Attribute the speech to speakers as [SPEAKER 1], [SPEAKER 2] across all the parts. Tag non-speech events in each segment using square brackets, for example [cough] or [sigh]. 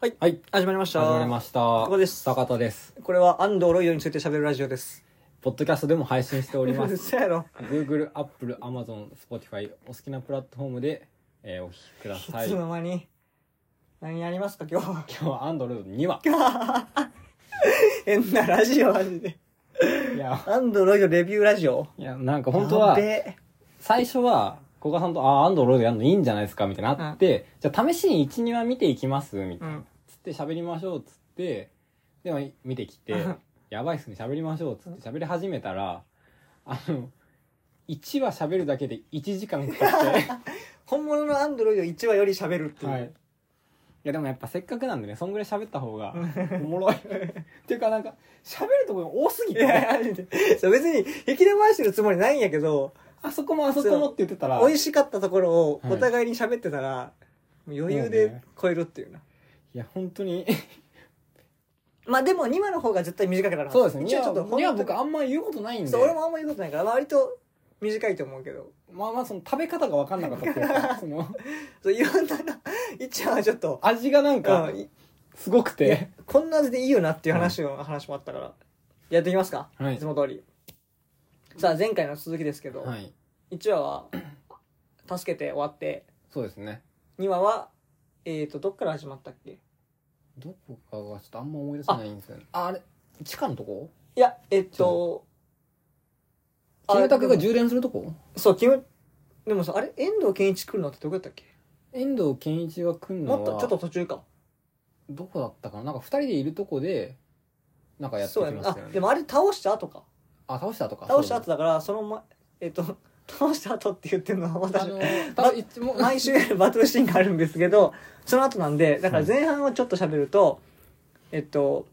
[SPEAKER 1] はい、
[SPEAKER 2] はい
[SPEAKER 1] 始まりました
[SPEAKER 2] 始まりました
[SPEAKER 1] ここです
[SPEAKER 2] 坂田です
[SPEAKER 1] これは安藤ロイドについて喋るラジオです
[SPEAKER 2] ポッドキャストでも配信しており
[SPEAKER 1] [laughs]
[SPEAKER 2] ます
[SPEAKER 1] 嘘やろ
[SPEAKER 2] Google、Apple、Amazon、Spotify お好きなプラットフォームで、えーお聞きくだ
[SPEAKER 1] い [laughs]
[SPEAKER 2] さい
[SPEAKER 1] つ
[SPEAKER 2] 今
[SPEAKER 1] の間に何やりますか今日 [laughs] は
[SPEAKER 2] 日はアンドロイド2話
[SPEAKER 1] 変なラジオマジで
[SPEAKER 2] いや
[SPEAKER 1] 安藤ロイドレビューラジオ
[SPEAKER 2] いやなんか本当は
[SPEAKER 1] やべ
[SPEAKER 2] 最初は古賀さんと「ああアンドロイドやるのいいんじゃないですか」みたいになって、じゃあ試しに12話見ていきますみ
[SPEAKER 1] う
[SPEAKER 2] たいな、
[SPEAKER 1] ん
[SPEAKER 2] つって喋りましょうっつってでも見てきて
[SPEAKER 1] うん
[SPEAKER 2] やばいっすね喋りましょうっつって喋り始めたらあの1話喋るだけで1時間か
[SPEAKER 1] [laughs]
[SPEAKER 2] かって
[SPEAKER 1] 本物のアンドロイド1話より喋るっていう、
[SPEAKER 2] はい。いやでもやっぱせっかくなんでね、そんぐらい喋った方がおも
[SPEAKER 1] [laughs]
[SPEAKER 2] ろい。っていうかなんか、喋るところが多すぎ
[SPEAKER 1] いや
[SPEAKER 2] て、
[SPEAKER 1] マジでそう別に引き出回してるつもりないんやけど
[SPEAKER 2] あそこもあそこもって言ってたら、
[SPEAKER 1] 美
[SPEAKER 2] い
[SPEAKER 1] 味しかったところを
[SPEAKER 2] はい
[SPEAKER 1] お互いに喋ってたら、もう余裕
[SPEAKER 2] もう
[SPEAKER 1] で
[SPEAKER 2] ね
[SPEAKER 1] 超えるっていうな
[SPEAKER 2] や本当に、
[SPEAKER 1] まあでも2話の方が絶対短くなるはず
[SPEAKER 2] そうですね。い
[SPEAKER 1] 一応
[SPEAKER 2] や、
[SPEAKER 1] ちょっと本当
[SPEAKER 2] いや僕あんま言うことないんで、
[SPEAKER 1] そう俺もあんま言うことないから、まあ、割と短いと思うけど
[SPEAKER 2] まあまあその食べ方が分かんなかったっていう
[SPEAKER 1] [laughs]
[SPEAKER 2] か、その、
[SPEAKER 1] そう言う [laughs] たらいっちゃんはちょっと
[SPEAKER 2] 味がなんか
[SPEAKER 1] うんい
[SPEAKER 2] すごくて、
[SPEAKER 1] こんな味でいいよなっていう話を、話もあったからやっていきますか、
[SPEAKER 2] はい
[SPEAKER 1] いつも通りさあ前回の続きですけど、
[SPEAKER 2] はい。
[SPEAKER 1] 1話
[SPEAKER 2] [clears throat]
[SPEAKER 1] は「助けて」終わって
[SPEAKER 2] そうですね。
[SPEAKER 1] 2話はえっ、ー、とどっから始まったっけ
[SPEAKER 2] どこかがちょっとあんま思い出せないんですよね。ああれ、地下のとこ
[SPEAKER 1] いやえっと
[SPEAKER 2] キムタクが
[SPEAKER 1] あで
[SPEAKER 2] 充電するとこ
[SPEAKER 1] もそうキムでもさあれ遠藤健一来るのってどこやったっけ
[SPEAKER 2] 遠藤健一が来んのは
[SPEAKER 1] もっとちょっと途中か
[SPEAKER 2] どこだったかななんか二人でいるとこでなんかやってき
[SPEAKER 1] そう
[SPEAKER 2] ま
[SPEAKER 1] や
[SPEAKER 2] し
[SPEAKER 1] ね
[SPEAKER 2] たよ
[SPEAKER 1] あ
[SPEAKER 2] ね
[SPEAKER 1] でもあれ倒した後か
[SPEAKER 2] あ倒したとか
[SPEAKER 1] 倒した後
[SPEAKER 2] と
[SPEAKER 1] だからその、ま、えっと倒した後って言ってるのは
[SPEAKER 2] あ
[SPEAKER 1] 私
[SPEAKER 2] の多分一も
[SPEAKER 1] 毎週やるバトルシーンがあるんですけどその後なんでだから前半をちょっと喋ると、えっと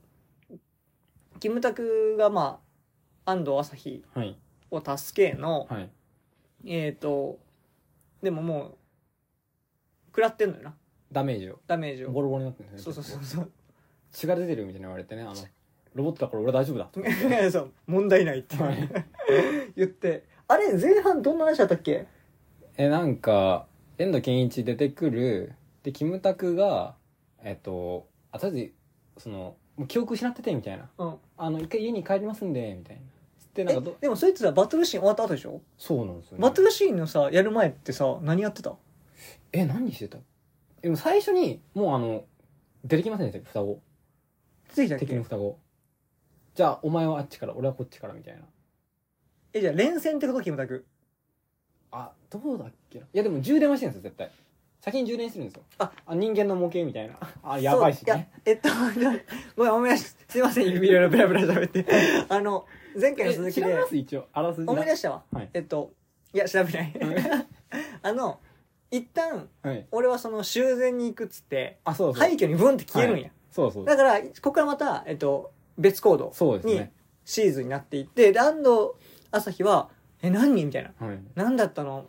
[SPEAKER 1] キムタクがまあ安藤朝日
[SPEAKER 2] はい
[SPEAKER 1] を助けの、
[SPEAKER 2] はい
[SPEAKER 1] えっとでももう食らってんのよな
[SPEAKER 2] ダメージを
[SPEAKER 1] ダメージを
[SPEAKER 2] ボロボロになってるんです
[SPEAKER 1] そ
[SPEAKER 2] ね
[SPEAKER 1] うそうそうそう
[SPEAKER 2] 血が出てるみたいに言われてねあのロボットだから俺大丈夫だと
[SPEAKER 1] そう問題ないって
[SPEAKER 2] はい
[SPEAKER 1] 言ってあれ前半どんな話だったっけ
[SPEAKER 2] えなんか遠藤健一出てくるでキムタクがえっとあとりあえずそのもう記憶失っててみたいな
[SPEAKER 1] うん
[SPEAKER 2] あの一回家に帰りますんでみたいなつってなん
[SPEAKER 1] え
[SPEAKER 2] かど
[SPEAKER 1] でもそいつらバトルシーン終わった後でしょ
[SPEAKER 2] そうなんですよ、ね、
[SPEAKER 1] バトルシーンのさやる前ってさ何やってた
[SPEAKER 2] え何してたでも最初にもうあの出てきませんでした双子
[SPEAKER 1] ついてたっ
[SPEAKER 2] 敵
[SPEAKER 1] け
[SPEAKER 2] の双子じゃあお前はあっちから俺はこっちからみたいな
[SPEAKER 1] えじゃあ連戦ってことキムタク
[SPEAKER 2] あどうだっけないやでも充電はしてるんですよ絶対先に充電してるんですよ
[SPEAKER 1] あ
[SPEAKER 2] 人間の模型みたいな [laughs] あやばいし
[SPEAKER 1] そうや
[SPEAKER 2] ね
[SPEAKER 1] えっと [laughs] ごめんおめすいませんいろいろベラベラ喋って [laughs] あの前回の続
[SPEAKER 2] え
[SPEAKER 1] き
[SPEAKER 2] 調べ
[SPEAKER 1] で
[SPEAKER 2] ます一応あらすじ
[SPEAKER 1] 思い出したわ、
[SPEAKER 2] はい
[SPEAKER 1] えっといや調べない [laughs] あの一旦
[SPEAKER 2] [laughs] はい
[SPEAKER 1] 俺はその修繕に行くっつって
[SPEAKER 2] あそうそう、
[SPEAKER 1] 廃墟にブンって消えるんや、
[SPEAKER 2] そうそう
[SPEAKER 1] だからここからまた、えっと、別行動
[SPEAKER 2] そうです
[SPEAKER 1] に
[SPEAKER 2] ね
[SPEAKER 1] シーズンになっていってで安藤朝日は「え何?」みたいな
[SPEAKER 2] はい
[SPEAKER 1] 何だったの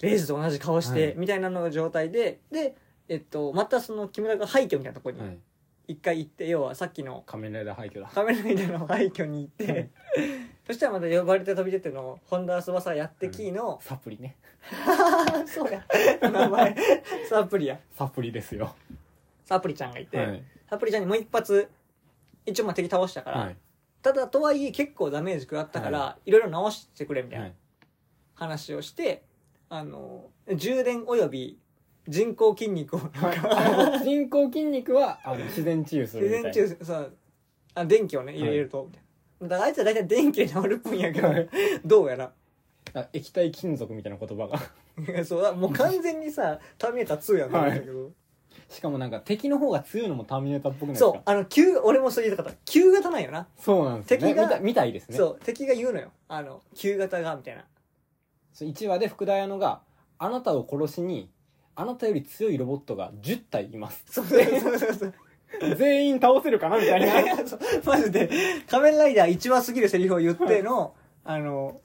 [SPEAKER 1] レイズと同じ顔して、
[SPEAKER 2] はい
[SPEAKER 1] みたいなの状態でで、えっと、またその木村が廃墟みたいなところ
[SPEAKER 2] は
[SPEAKER 1] に
[SPEAKER 2] い
[SPEAKER 1] 一回行って、要はさっきの
[SPEAKER 2] 仮面ライダー廃墟だ
[SPEAKER 1] カメラみたいな廃墟に行って、
[SPEAKER 2] はい
[SPEAKER 1] そしたらまた呼ばれて飛び出ての本田翼やってきーの、
[SPEAKER 2] [laughs] サプリね
[SPEAKER 1] そうや名前サプリや
[SPEAKER 2] サプリですよ
[SPEAKER 1] サプリちゃんがいて、
[SPEAKER 2] はい
[SPEAKER 1] サプリちゃんにもう一発一応まあ敵倒したから、
[SPEAKER 2] はい
[SPEAKER 1] ただとはいえ結構ダメージ食らったから、、
[SPEAKER 2] はい
[SPEAKER 1] ろいろ直してくれみたいな、
[SPEAKER 2] はい
[SPEAKER 1] 話をして、あの、充電および人工筋肉を、なんか
[SPEAKER 2] あの人工筋肉は [laughs] あの自然治癒するみ
[SPEAKER 1] 自
[SPEAKER 2] たいな
[SPEAKER 1] 然中、さ、あ電気をね、入れると、みたいな。だからあいつは大体電気で治るっぽいんやけど
[SPEAKER 2] はい、
[SPEAKER 1] どうやら。
[SPEAKER 2] あ液体金属みたいな言葉が [laughs]
[SPEAKER 1] [laughs] そうだ、もう完全にさ、ターミネーター2やな、んだけど。
[SPEAKER 2] しかもなんか敵の方が強いのもターミネーターっぽくないですか
[SPEAKER 1] そう、あの、旧、俺もそう言いたかった。旧型なんよな。
[SPEAKER 2] そうなんですよ
[SPEAKER 1] 敵
[SPEAKER 2] ね
[SPEAKER 1] が
[SPEAKER 2] みたみたいですね
[SPEAKER 1] そう、敵が言うのよ。あの、旧型が、みたいな。
[SPEAKER 2] そう1話で福田彩乃があなたを殺しにあなたより強いロボットが10体います
[SPEAKER 1] そうそうそう [laughs]
[SPEAKER 2] [laughs]
[SPEAKER 1] そう。
[SPEAKER 2] 全員倒せるかなみたい
[SPEAKER 1] いやい
[SPEAKER 2] な
[SPEAKER 1] やそうマジで、仮面ライダー一番すぎるセリフを言っての、あの、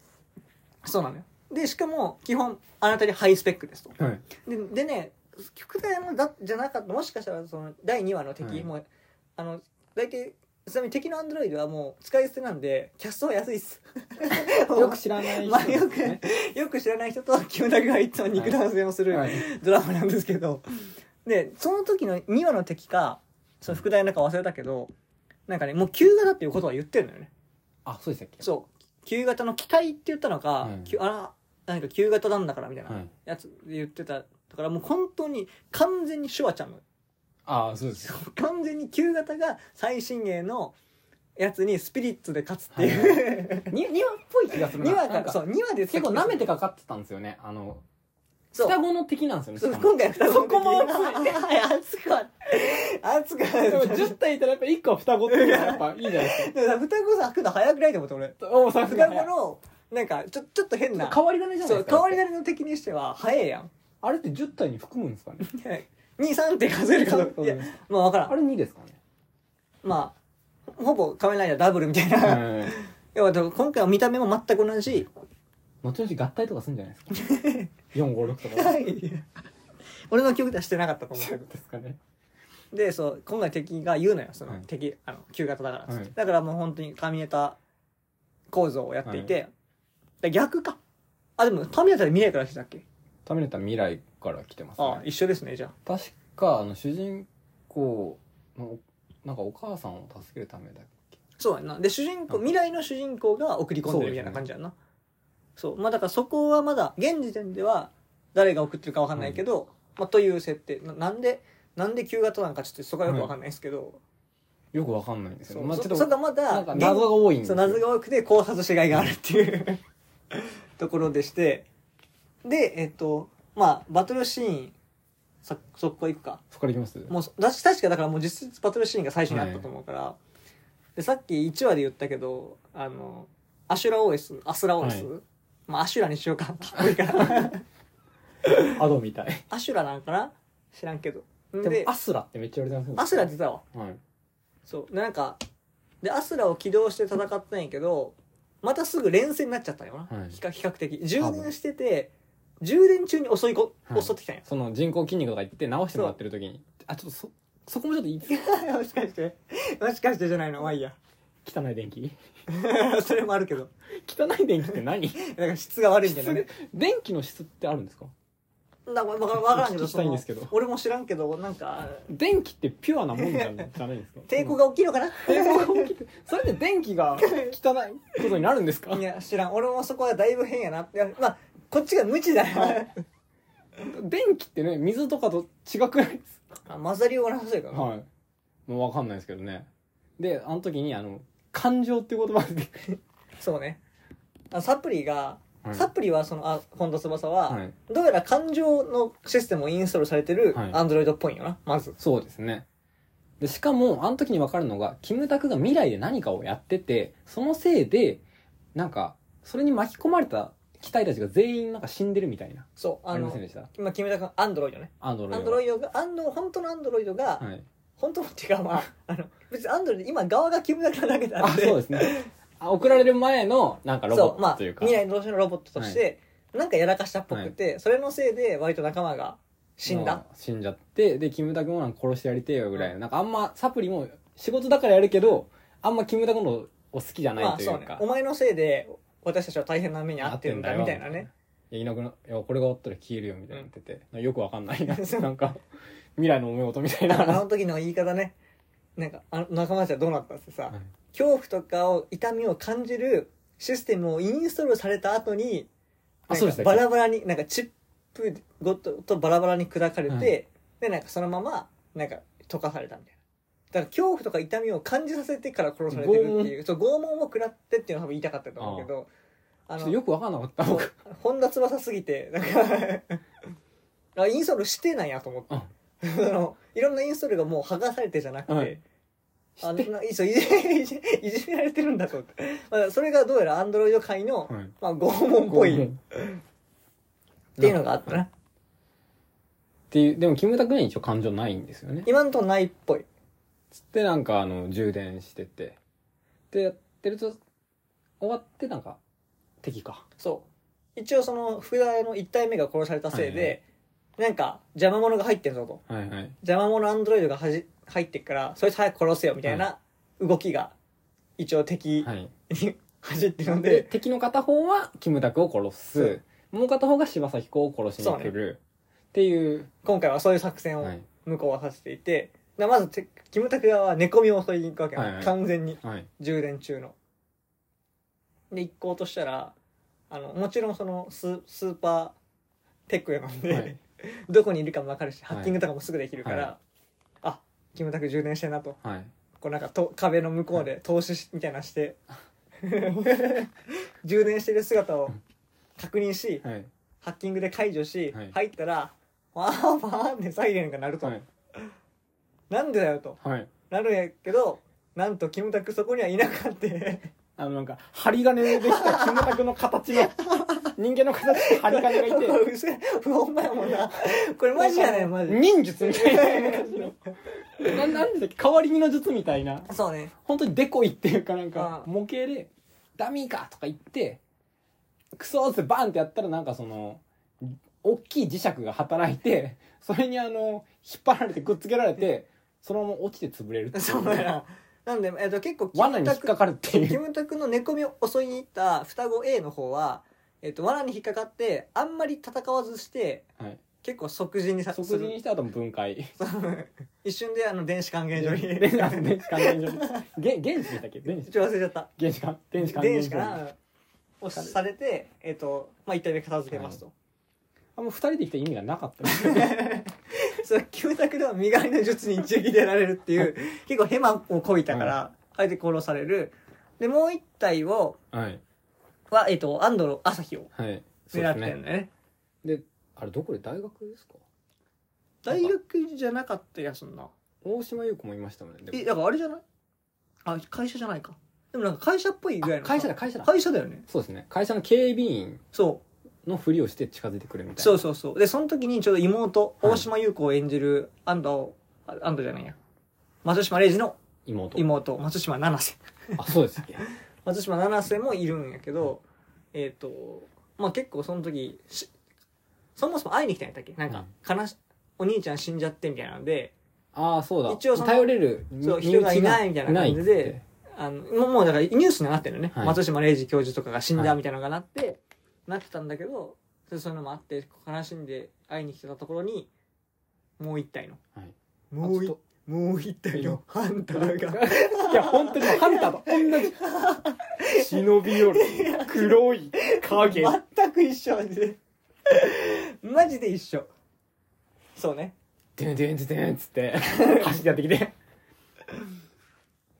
[SPEAKER 1] そうなのよ。で、しかも、基本、あなたにハイスペックですと。
[SPEAKER 2] はい
[SPEAKER 1] ででね、極大のだじゃなかった、もしかしたら、その、第2話の敵、
[SPEAKER 2] はい
[SPEAKER 1] もう、あの、大体、ちなみに敵のアンドロイドはもう使い捨てなんで、キャストは安いっ
[SPEAKER 2] [laughs]
[SPEAKER 1] す。
[SPEAKER 2] [laughs] よく知らない人
[SPEAKER 1] まあ
[SPEAKER 2] で
[SPEAKER 1] よ
[SPEAKER 2] す
[SPEAKER 1] く
[SPEAKER 2] ね、
[SPEAKER 1] よく知らない人と、キムタクがいつも肉弾戦をする、
[SPEAKER 2] はい
[SPEAKER 1] ドラマなんですけど、で、その時の2話の敵か、その副題なんか忘れたけどなんかねもう旧型っていうことは言ってるのよね
[SPEAKER 2] あそうでしたっけ
[SPEAKER 1] そう旧型の機体って言ったのか、
[SPEAKER 2] うん
[SPEAKER 1] 旧あらなんか旧型なんだからみたいな
[SPEAKER 2] はい
[SPEAKER 1] やつで言ってた、だからもう本当に完全にシュワちゃんの
[SPEAKER 2] あそうです
[SPEAKER 1] そう [laughs] 完全に旧型が最新鋭のやつにスピリッツで勝つって
[SPEAKER 2] は
[SPEAKER 1] いう、 [laughs]
[SPEAKER 2] に庭っぽい気がする
[SPEAKER 1] 2
[SPEAKER 2] な
[SPEAKER 1] 話か
[SPEAKER 2] な
[SPEAKER 1] ら
[SPEAKER 2] んか
[SPEAKER 1] そう2話で
[SPEAKER 2] 結構舐め
[SPEAKER 1] て
[SPEAKER 2] てかかってたんですよねあの
[SPEAKER 1] そう
[SPEAKER 2] 双子の敵なんですよね
[SPEAKER 1] そう
[SPEAKER 2] しかも
[SPEAKER 1] 今回双子
[SPEAKER 2] そこも熱い
[SPEAKER 1] 熱くは熱くは
[SPEAKER 2] でも10体いたらやっぱ1個は双子っていうのはやっぱいいじゃない [laughs] です
[SPEAKER 1] でもさ双子さ来るの早くないと思って俺
[SPEAKER 2] かおおさす
[SPEAKER 1] 双
[SPEAKER 2] が
[SPEAKER 1] 子のなんかちょちょっと変な
[SPEAKER 2] 変わり種じゃない
[SPEAKER 1] そ
[SPEAKER 2] で
[SPEAKER 1] う
[SPEAKER 2] すか
[SPEAKER 1] 変わり種の敵にしては早えやん
[SPEAKER 2] あれって10体に含むんですかね
[SPEAKER 1] 23って数えるか
[SPEAKER 2] [laughs]
[SPEAKER 1] どうかいやまあ分から
[SPEAKER 2] あ
[SPEAKER 1] ん
[SPEAKER 2] れ2ですかね
[SPEAKER 1] まあほぼ仮面ライダーダブルみたいな [laughs] 要はでも今回は見た目も全く同じ
[SPEAKER 2] 後々合体とかするんじゃないですか
[SPEAKER 1] [laughs]
[SPEAKER 2] 456とか
[SPEAKER 1] 俺の記憶ではしてなかったと思うけど
[SPEAKER 2] ですかね
[SPEAKER 1] でそう今回敵が言うのよその、
[SPEAKER 2] はい
[SPEAKER 1] 敵あの旧型だからっつって、
[SPEAKER 2] はい
[SPEAKER 1] だからもう本当に神タ構造をやっていて、で逆かあでも神タで未来から来てたっけ
[SPEAKER 2] タミネタ未来から来てます
[SPEAKER 1] ああ
[SPEAKER 2] ね
[SPEAKER 1] 一緒ですねじゃあ
[SPEAKER 2] 確かあの主人公のなんかお母さんを助けるためだっけ
[SPEAKER 1] そうやんなで主人公
[SPEAKER 2] うん
[SPEAKER 1] 未来の主人公が送り込んでるみたいな感じやんなそう,、まあだからそこはまだ現時点では誰が送ってるかわかんないけど、まあという設定ななんでなんで旧型なのかちょっとそこはよくわかんないですけど、
[SPEAKER 2] よくわかんないんです
[SPEAKER 1] そ
[SPEAKER 2] よ
[SPEAKER 1] う
[SPEAKER 2] ねまあちょ
[SPEAKER 1] そ
[SPEAKER 2] っと
[SPEAKER 1] そこがまだ
[SPEAKER 2] なんか謎が多いんです
[SPEAKER 1] そう
[SPEAKER 2] よ
[SPEAKER 1] 謎が多くてこう外しがいがあるっていう [laughs] ところでしてでえっとまあバトルシーンさそこ行くか
[SPEAKER 2] そこからいきます
[SPEAKER 1] もうだし確かだからもう実質バトルシーンが最初にあったと思うから、でさっき1話で言ったけどあのアシュラオーエスアスラオーエス、
[SPEAKER 2] は
[SPEAKER 1] まあアシュラにしようかかっこいいから
[SPEAKER 2] [laughs] アドみたい
[SPEAKER 1] アシュラなんかな知らんけどで
[SPEAKER 2] でもアスラってめっちゃ言われてま
[SPEAKER 1] ア
[SPEAKER 2] す
[SPEAKER 1] スラ出たわ
[SPEAKER 2] はい
[SPEAKER 1] そうでなんかでアスラを起動して戦ったんやけどまたすぐ連戦になっちゃったんよな、
[SPEAKER 2] はい
[SPEAKER 1] 比較比較的充電してて充電中に襲いこ、
[SPEAKER 2] はい
[SPEAKER 1] 襲ってきたんや [laughs]
[SPEAKER 2] その人工筋肉とか言って直してもらってる時にあちょっとそそこもちょっといい
[SPEAKER 1] もしかしてもしかしてじゃないのまあいいや [laughs]
[SPEAKER 2] 汚い電気
[SPEAKER 1] それもあるけど
[SPEAKER 2] 汚い電気って何
[SPEAKER 1] だから質が悪いんじゃない
[SPEAKER 2] 質 [laughs] 電気の質ってあるんですか
[SPEAKER 1] だから分からんけど
[SPEAKER 2] 聞きたいんですけど
[SPEAKER 1] その俺も知らんけどなんか
[SPEAKER 2] 電気ってピュアなもんじゃんじゃないんですか
[SPEAKER 1] [laughs] 抵抗が大きいのかな
[SPEAKER 2] 抵抗が大きく [laughs] それで電気が汚いことになるんですか
[SPEAKER 1] [laughs] いや知らん俺もそこはだいぶ変やなっていやまあこっちが無知だよ
[SPEAKER 2] 電気ってね水とかと違くないです
[SPEAKER 1] [laughs] あ混ざりようがなさそうやか、
[SPEAKER 2] からはいもう分かんないですけどねであの時にあの感情っていう言葉で、
[SPEAKER 1] そうねあサプリがサプリはそのあ本田翼は、
[SPEAKER 2] はい
[SPEAKER 1] どうやら感情のシステムをインストールされてる
[SPEAKER 2] はい
[SPEAKER 1] アンドロイドっぽいんよなまず
[SPEAKER 2] そうですねでしかもあの時に分かるのがキムタクが未来で何かをやっててそのせいでなんかそれに巻き込まれた機体たちが全員なんか死んでるみたいな
[SPEAKER 1] そう
[SPEAKER 2] あ
[SPEAKER 1] あ
[SPEAKER 2] りません
[SPEAKER 1] の
[SPEAKER 2] でした
[SPEAKER 1] 今決めた君アンドロイドね
[SPEAKER 2] アンドロイド
[SPEAKER 1] アンドロイドがアンド本当のアンドロイドが、
[SPEAKER 2] はい
[SPEAKER 1] 本当のっていうかまああの別にアンドロイド今側が決めただけであ
[SPEAKER 2] あ
[SPEAKER 1] って
[SPEAKER 2] そうですねあ送られる前のなんかロボ
[SPEAKER 1] そうま
[SPEAKER 2] ッ
[SPEAKER 1] あ
[SPEAKER 2] トというか、
[SPEAKER 1] 未来の同士のロボットとして、なんかやらかしたっぽくて、それのせいで割と仲間が死んだ
[SPEAKER 2] まあ死んじゃってでキムタクもなんか殺してやりてえよぐらいの、なんかあんまサプリも仕事だからやるけどあんまキムタクのお好きじゃな
[SPEAKER 1] ま
[SPEAKER 2] い
[SPEAKER 1] あ
[SPEAKER 2] とい
[SPEAKER 1] そううね
[SPEAKER 2] か、
[SPEAKER 1] お前のせいで私たちは大変な目に遭ってるんだ
[SPEAKER 2] 合っ
[SPEAKER 1] み
[SPEAKER 2] て
[SPEAKER 1] た
[SPEAKER 2] ん
[SPEAKER 1] い
[SPEAKER 2] だ
[SPEAKER 1] な
[SPEAKER 2] よ
[SPEAKER 1] ね
[SPEAKER 2] いやいなくないやこれが終わったら消えるよみたいになってて、よくわか
[SPEAKER 1] [laughs]
[SPEAKER 2] んないななんか未来のお目事みたい
[SPEAKER 1] あ
[SPEAKER 2] な、
[SPEAKER 1] の時の言い方ねなんかあの仲間たちはどうなったってさ、
[SPEAKER 2] はい
[SPEAKER 1] 恐怖とかを痛みを感じるシステムをインストールされた後に
[SPEAKER 2] あそうでしたっけ
[SPEAKER 1] バラバラになんかチップごととバラバラに砕かれて、
[SPEAKER 2] うん
[SPEAKER 1] でなんかそのままなんか溶かされたみたいなだから恐怖とか痛みを感じさせてから殺されてるっていうそう拷問を食らってっていうのは多分言いたかったと思うけどあ
[SPEAKER 2] ちょっ
[SPEAKER 1] の
[SPEAKER 2] とよくわかんなかった
[SPEAKER 1] そう
[SPEAKER 2] 僕
[SPEAKER 1] 本田翼すぎてなんかあインストールしてないやと思って
[SPEAKER 2] あ
[SPEAKER 1] そのいろんなインストールがもう剥がされてじゃなくて、
[SPEAKER 2] はい
[SPEAKER 1] あのないそういじ [laughs] いじいじめられてるんだと思って、まあ、それがどうやらアンドロイド界の、
[SPEAKER 2] はい
[SPEAKER 1] まあ、拷問っぽいっ
[SPEAKER 2] って
[SPEAKER 1] いうのがあったな
[SPEAKER 2] ていうでもキムタクには一応感情ないんですよね
[SPEAKER 1] 今んとこないっぽい
[SPEAKER 2] つってなんかあの充電しててでやってると終わってなんか敵か
[SPEAKER 1] そう一応その福田の1体目が殺されたせいで、なんか邪魔者が入ってんぞと
[SPEAKER 2] はいはい
[SPEAKER 1] 邪魔者アンドロイドがはじ入ってっからそいつ早く殺せよみたいな動きが一応敵
[SPEAKER 2] はい
[SPEAKER 1] に走ってるん
[SPEAKER 2] で
[SPEAKER 1] で、
[SPEAKER 2] 敵の片方はキムタクを殺
[SPEAKER 1] そ
[SPEAKER 2] すもう片方が柴咲コウを殺しに来る、っていう、
[SPEAKER 1] 今回はそういう作戦を
[SPEAKER 2] はい
[SPEAKER 1] 向こうはさせていて、なまずてキムタク側は寝込みを襲いに行くわけよ、
[SPEAKER 2] はいはい
[SPEAKER 1] 完全に
[SPEAKER 2] はい。
[SPEAKER 1] 充電中ので行こうとしたらあのもちろんそのススーパーテックやもんで、
[SPEAKER 2] はい
[SPEAKER 1] [laughs] どこにいるかも分かるしハ
[SPEAKER 2] はい
[SPEAKER 1] ッキングとかもすぐできるから、
[SPEAKER 2] は
[SPEAKER 1] あキムタク充電してんなと
[SPEAKER 2] はい。
[SPEAKER 1] こうなんかと壁の向こうで投資しみたいなのして [laughs] 充電してる姿を確認し
[SPEAKER 2] はい。
[SPEAKER 1] ハッキングで解除し、
[SPEAKER 2] はい
[SPEAKER 1] 入ったらわーわーってサイレンが鳴ると、
[SPEAKER 2] はい。
[SPEAKER 1] なんでだよと
[SPEAKER 2] はい。
[SPEAKER 1] なるんやけどなんとキムタクそこにはいなかった [laughs]
[SPEAKER 2] あの、なんか、針金でできたキムタクの形 [laughs] の、人間の形の針金がいて、
[SPEAKER 1] うせほんまやもんなこれマジやねんマジ
[SPEAKER 2] 忍術みたいな昔の。 [laughs] ななんでだっけ変わり身の術みたいな。
[SPEAKER 1] そうね
[SPEAKER 2] 本当にデコイっていうかなんか、
[SPEAKER 1] う
[SPEAKER 2] 模型で、ダミーかとか言って、クソーってバンってやったらなんかその、大きい磁石が働いて、それにあの、引っ張られてくっつけられて、そのまま落ちて潰れるってい
[SPEAKER 1] そうやななんで、えっと、結構キ
[SPEAKER 2] 罠
[SPEAKER 1] ム
[SPEAKER 2] に
[SPEAKER 1] タ
[SPEAKER 2] 引っか
[SPEAKER 1] ク
[SPEAKER 2] かるってい
[SPEAKER 1] キ
[SPEAKER 2] う。
[SPEAKER 1] ムタクの寝込みを襲いに行った双子 A の方は、えっと、罠に引っかかってあんまり戦わずして
[SPEAKER 2] はい。
[SPEAKER 1] 結構即死にさ
[SPEAKER 2] 即
[SPEAKER 1] す
[SPEAKER 2] 死
[SPEAKER 1] る
[SPEAKER 2] にした後も分解。
[SPEAKER 1] 一瞬であの電子還元所に
[SPEAKER 2] [laughs] 電子還元所。げ原子でしたっけ電子。
[SPEAKER 1] 一応 [laughs] 忘れちゃった
[SPEAKER 2] 原子か電子還
[SPEAKER 1] 電
[SPEAKER 2] 元
[SPEAKER 1] 子
[SPEAKER 2] 所
[SPEAKER 1] か。なをされて、えっとまあ、一体目片付けますと、
[SPEAKER 2] あ、もう二人で来た意味がなかったです。
[SPEAKER 1] そうキムタクでは身代わりの術に一撃でやられるっていう結構ヘマをこいたから、あえて殺されるでもう一体を [laughs]
[SPEAKER 2] はい。
[SPEAKER 1] は、えっとアンドロ朝日を
[SPEAKER 2] はい。そう
[SPEAKER 1] 狙
[SPEAKER 2] で
[SPEAKER 1] っ
[SPEAKER 2] す
[SPEAKER 1] てんだよ
[SPEAKER 2] ね。
[SPEAKER 1] ね
[SPEAKER 2] で、あれどこで大学ですか
[SPEAKER 1] 大学じゃなかったやそんな
[SPEAKER 2] 大島優子もいましたもんね。でも
[SPEAKER 1] えだからあれじゃないあ会社じゃないかでもなんか会社っぽいぐらいの
[SPEAKER 2] あ会社だ会社だ
[SPEAKER 1] 会社だよね
[SPEAKER 2] そうですね会社の警備員
[SPEAKER 1] そう
[SPEAKER 2] のふりをして近づいてくるみたいな
[SPEAKER 1] そうそうそうでその時にちょうど妹
[SPEAKER 2] はい
[SPEAKER 1] 大島優子を演じる安藤あ安藤じゃないや松島玲二の
[SPEAKER 2] 妹
[SPEAKER 1] 妹松島七瀬
[SPEAKER 2] あそうです
[SPEAKER 1] [laughs]
[SPEAKER 2] っけ
[SPEAKER 1] 松島七瀬もいるんやけどえっ、とまあ結構その時しそもそも会いに来たんやったっけなんか悲し、お兄ちゃん死んじゃってみたいなので
[SPEAKER 2] ああそうだ
[SPEAKER 1] 一応その
[SPEAKER 2] 頼れる
[SPEAKER 1] そう人がいないみたいな感じで
[SPEAKER 2] いって
[SPEAKER 1] あのもうもうだからニュースにはなってるのね、
[SPEAKER 2] はい
[SPEAKER 1] 松島玲二教授とかが死ん
[SPEAKER 2] は
[SPEAKER 1] だ
[SPEAKER 2] い
[SPEAKER 1] みたいなのがなって、なってたんだけどそうそういうのもあって悲しんで会いに来てたところにもう一体の
[SPEAKER 2] はい
[SPEAKER 1] もう
[SPEAKER 2] あちょ
[SPEAKER 1] 一
[SPEAKER 2] っ
[SPEAKER 1] もう一体のハンターが
[SPEAKER 2] といや本当にハンターと同
[SPEAKER 1] [laughs]
[SPEAKER 2] じ忍び寄る黒い影
[SPEAKER 1] [laughs] 全く一緒で [laughs] マジで一緒そうね
[SPEAKER 2] でんでんでんでんっつって
[SPEAKER 1] [laughs]
[SPEAKER 2] 走ってやってきて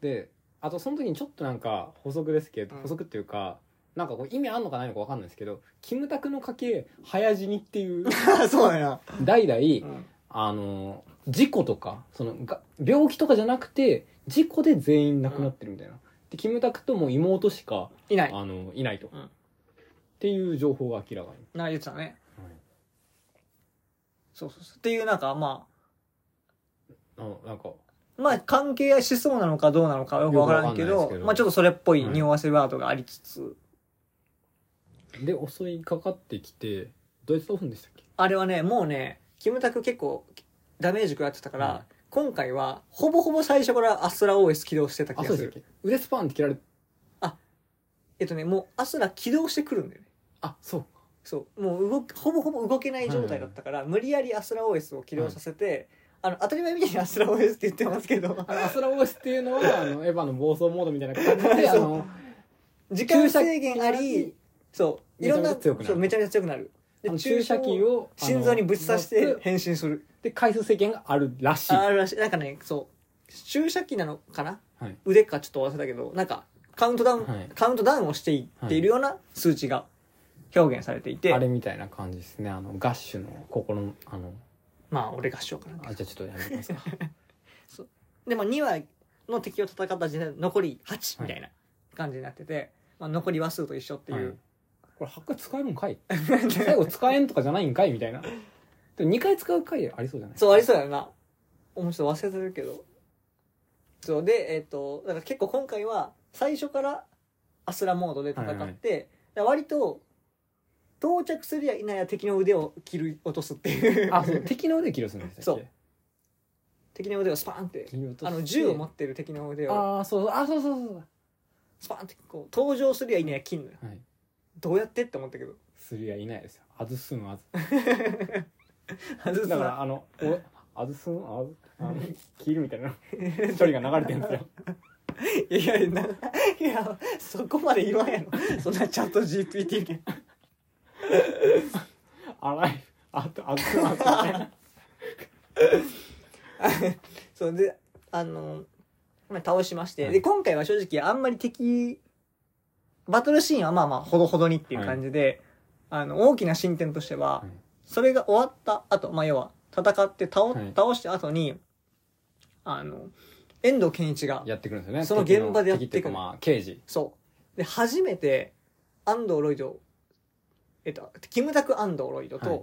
[SPEAKER 2] であとその時にちょっとなんか補足ですけど、
[SPEAKER 1] うん
[SPEAKER 2] 補足っていうかなんかこう意味あんのかないのかわかんないですけどキムタクの家系早死にっていう
[SPEAKER 1] [laughs] そうやな、
[SPEAKER 2] 代々、
[SPEAKER 1] うん
[SPEAKER 2] あの、事故とか、その、が病気とかじゃなくて、事故で全員亡くなってるみたいな。で、キムタクとも妹しか、
[SPEAKER 1] いない
[SPEAKER 2] あの、いないと。
[SPEAKER 1] うん
[SPEAKER 2] っていう情報が明らかに。
[SPEAKER 1] なんか言ってたねそうそうそうっていうなんかま
[SPEAKER 2] あなんか、
[SPEAKER 1] あまあ関係しそうなのかどうなのかよくわからんけ
[SPEAKER 2] よくわ
[SPEAKER 1] ど
[SPEAKER 2] かんないですけど
[SPEAKER 1] まあちょっとそれっぽい匂わせワードがありつつ、
[SPEAKER 2] で、襲いかかってきて、ドイツオフンでしたっけ
[SPEAKER 1] あれはね、もうね、キムタク結構ダメージ食らってたから、
[SPEAKER 2] うん
[SPEAKER 1] 今回は、ほぼほぼ最初からアスラ OS 起動してた
[SPEAKER 2] あ、
[SPEAKER 1] 気
[SPEAKER 2] そ
[SPEAKER 1] が
[SPEAKER 2] う
[SPEAKER 1] す
[SPEAKER 2] でした
[SPEAKER 1] る。
[SPEAKER 2] っけ腕スパンって切られ、
[SPEAKER 1] えっとね、もうアスラ起動してくるんだよね。
[SPEAKER 2] あ、そう。
[SPEAKER 1] そう。もう動く、ほぼほぼ動けない状態だったから、無理やりアスラ OS を起動させて、あの、当たり前みたいにアスラ OS って言ってますけど、
[SPEAKER 2] [laughs] あの、アスラオースっていうのは、あの、エヴァの暴走モードみたいな感じ [laughs] で、あの、
[SPEAKER 1] 時間制限あり、そう。いろんな、
[SPEAKER 2] めちゃめち
[SPEAKER 1] そうめちゃめち
[SPEAKER 2] ゃ強くなる
[SPEAKER 1] ゃ強くなる。
[SPEAKER 2] あ
[SPEAKER 1] で
[SPEAKER 2] の注射器を、あの
[SPEAKER 1] 心臓にぶっ刺し
[SPEAKER 2] 乗
[SPEAKER 1] て
[SPEAKER 2] って
[SPEAKER 1] 変身する。
[SPEAKER 2] で、回数制限があるらしい。
[SPEAKER 1] あるらしい。なんかね、そう。注射器なのかな
[SPEAKER 2] はい。
[SPEAKER 1] 腕かちょっと忘れたけどなんかカウントダウン、
[SPEAKER 2] はい
[SPEAKER 1] カウントダウンをしていっているような数値が表現されていて、
[SPEAKER 2] あれみたいな感じですねあのガッシュの心のあの
[SPEAKER 1] まあ俺がしようかな
[SPEAKER 2] あじゃあちょっとやめますか
[SPEAKER 1] でも2話の敵を戦った時点で残り8みたいな感じになってて、まあ、残り話数と一緒って [laughs] いう、
[SPEAKER 2] これ8回使えるんか [laughs] い最後使えんとかじゃないんかいみたいなでも2回使う回ありそうじゃない
[SPEAKER 1] そうありそうだよなおもちょっと忘れてるけどそうでえっ、とだから結構今回は最初からアスラモードで戦って、
[SPEAKER 2] はいは
[SPEAKER 1] だ
[SPEAKER 2] い
[SPEAKER 1] から割と到着するや否や敵の腕を切り落とすっていう
[SPEAKER 2] あそう敵の腕切り落とすんです
[SPEAKER 1] そう敵の腕をスパーンってあの銃を持ってる敵の腕を
[SPEAKER 2] ああそうあそうそうそう
[SPEAKER 1] スパンってこう登場するやいないや切んのよ
[SPEAKER 2] そうはい
[SPEAKER 1] どうやってって思ったけど
[SPEAKER 2] するやいないですよ外すんはず
[SPEAKER 1] 外す
[SPEAKER 2] だか
[SPEAKER 1] な
[SPEAKER 2] らあのおあずすんあずあの切るみた [laughs] いな処理が流れてるんですよ
[SPEAKER 1] [laughs] いやいやないやそこまで言わんやろそんなチャット GPT で
[SPEAKER 2] アライブあとあずすんあずすんみたいな
[SPEAKER 1] [laughs] そうであの、まあ、倒しまして、で今回は正直あんまり敵バトルシーンはまあまあほどほどにっていう感じで、あの大きな進展としては、
[SPEAKER 2] はい
[SPEAKER 1] それが終わった後、まあ要は戦って倒,、
[SPEAKER 2] はい
[SPEAKER 1] 倒した後にあの遠藤健一が
[SPEAKER 2] やってくるんですよね
[SPEAKER 1] その現場でやってくる
[SPEAKER 2] 敵の敵っていうかまあ刑事
[SPEAKER 1] そうで初めて安藤ロイドえっとキムタク安藤ロイドと、
[SPEAKER 2] はい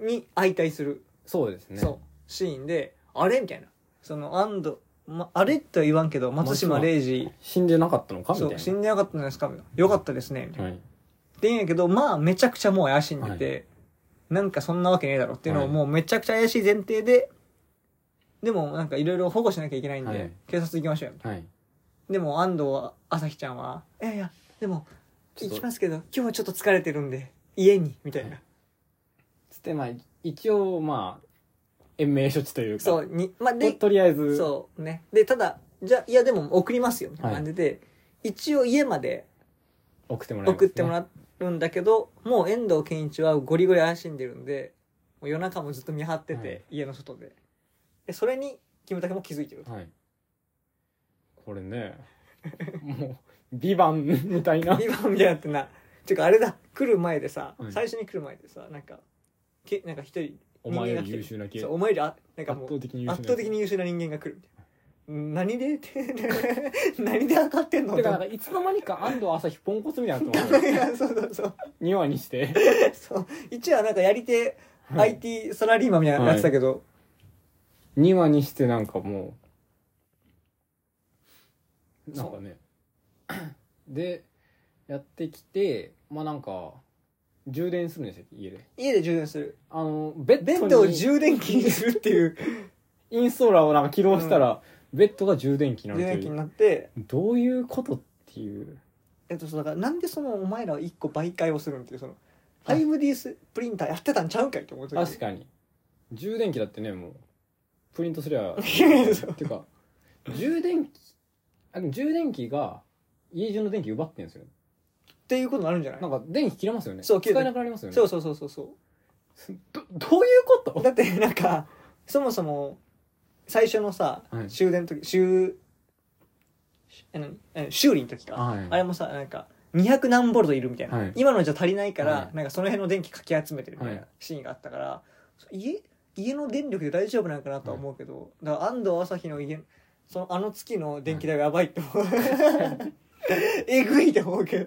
[SPEAKER 1] に相対する、
[SPEAKER 2] そうですね
[SPEAKER 1] そうシーンであれみたいなその安藤、ま、あれとは言わんけど松島
[SPEAKER 2] 松島
[SPEAKER 1] 0時
[SPEAKER 2] 死んでなかったのかみた
[SPEAKER 1] そ
[SPEAKER 2] い
[SPEAKER 1] う
[SPEAKER 2] な
[SPEAKER 1] 死んでなかったんですかみたいなよかったですねみたいな
[SPEAKER 2] は
[SPEAKER 1] っ
[SPEAKER 2] い
[SPEAKER 1] て言うんやけど、まあめちゃくちゃもう怪しんでて、
[SPEAKER 2] は
[SPEAKER 1] なんかそんなわけねえだろっていうのを
[SPEAKER 2] はい
[SPEAKER 1] もうめちゃくちゃ怪しい前提で、でもなんかいろいろ保護しなきゃいけないんで、
[SPEAKER 2] はい
[SPEAKER 1] 警察行きましょうよ。
[SPEAKER 2] はい
[SPEAKER 1] でも安藤は、朝日ちゃんは、いやいや、でも
[SPEAKER 2] ち
[SPEAKER 1] 行
[SPEAKER 2] ょっと
[SPEAKER 1] きますけど、今日はちょっと疲れてるんで、家に、みたいな。
[SPEAKER 2] はつってまあ一応まあ延命処置というか
[SPEAKER 1] そう、に、まあ
[SPEAKER 2] と
[SPEAKER 1] で、
[SPEAKER 2] とりあえず
[SPEAKER 1] そうね。で、ただ、じゃあいやでも送りますよ、みたいな感じで、一応家まで
[SPEAKER 2] 送ってもらいます
[SPEAKER 1] 送っても
[SPEAKER 2] っ
[SPEAKER 1] らうんだけど、もう遠藤健一はゴリゴリ怪しんでるんでもう夜中もずっと見張ってて、
[SPEAKER 2] はい
[SPEAKER 1] 家の外ででそれにキムタクも気づいてる、
[SPEAKER 2] はいこれねもう「ビバンみたいな
[SPEAKER 1] 今今みたいになってなていうかあれだ来る前でさ、
[SPEAKER 2] はい
[SPEAKER 1] 最初に来る前でさなんかけなんか一人
[SPEAKER 2] お前より優秀な刑
[SPEAKER 1] そ
[SPEAKER 2] 事
[SPEAKER 1] うお前よりあなんか
[SPEAKER 2] 圧
[SPEAKER 1] も
[SPEAKER 2] 倒
[SPEAKER 1] う
[SPEAKER 2] 的に優秀な
[SPEAKER 1] 圧倒的に優秀な人間が来るみたいな何でって [laughs] 何で上がってんの
[SPEAKER 2] てかな
[SPEAKER 1] と
[SPEAKER 2] んか
[SPEAKER 1] 思
[SPEAKER 2] いつの間にか安藤朝日ポンコツみたいにな
[SPEAKER 1] [laughs]
[SPEAKER 2] って
[SPEAKER 1] っ
[SPEAKER 2] ま
[SPEAKER 1] て
[SPEAKER 2] す
[SPEAKER 1] いやそうそうそう
[SPEAKER 2] 2話にして
[SPEAKER 1] そう一応なんかやり手
[SPEAKER 2] はい
[SPEAKER 1] IT サラリーマンみたいなやつだけど、
[SPEAKER 2] 2話にしてなんかもうなんかねでやってきてまあなんか充電するんですよ家で
[SPEAKER 1] 家で充電する
[SPEAKER 2] あのベ
[SPEAKER 1] ベ
[SPEAKER 2] ッ
[SPEAKER 1] ッド
[SPEAKER 2] ド
[SPEAKER 1] を
[SPEAKER 2] に
[SPEAKER 1] 充電器にするって
[SPEAKER 2] [laughs]
[SPEAKER 1] いう
[SPEAKER 2] インストーラーをなんか起動したら、ベッドが充電器にな
[SPEAKER 1] 充
[SPEAKER 2] ると
[SPEAKER 1] 電器
[SPEAKER 2] い
[SPEAKER 1] に
[SPEAKER 2] う
[SPEAKER 1] なって、
[SPEAKER 2] どういうことっていう
[SPEAKER 1] えっと、そうだからなんでそのお前らは1個媒介をするんっていうその 5D スプリンターやってたんちゃうんかいと思う時
[SPEAKER 2] 確かに充電器だってねもうプリントすりゃ
[SPEAKER 1] いやいや
[SPEAKER 2] [laughs]
[SPEAKER 1] そう
[SPEAKER 2] てか充電器あでも充電器が家中の電気奪ってんですよ
[SPEAKER 1] っていうことになるんじゃない
[SPEAKER 2] なんか電気切れますよね
[SPEAKER 1] そう切
[SPEAKER 2] 使
[SPEAKER 1] れた
[SPEAKER 2] えなくなりますよね
[SPEAKER 1] そうそうそうそうそ
[SPEAKER 2] どどういうこ
[SPEAKER 1] う
[SPEAKER 2] と
[SPEAKER 1] だってなんかそもそも最初のさ、
[SPEAKER 2] はい
[SPEAKER 1] 終電の時終え何え修理の時か、
[SPEAKER 2] はい
[SPEAKER 1] あれもさなんか200何ボルトいるみたいな、
[SPEAKER 2] はい
[SPEAKER 1] 今のじゃ足りないから、
[SPEAKER 2] はい
[SPEAKER 1] なんかその辺の電気かき集めてるみたいな
[SPEAKER 2] はい
[SPEAKER 1] シーンがあったから、家家の電力で大丈夫なんかなとは思うけど、だから安藤朝日の家そのあの月の電気代はやばいって
[SPEAKER 2] [laughs]
[SPEAKER 1] 思う、えぐいって思うけど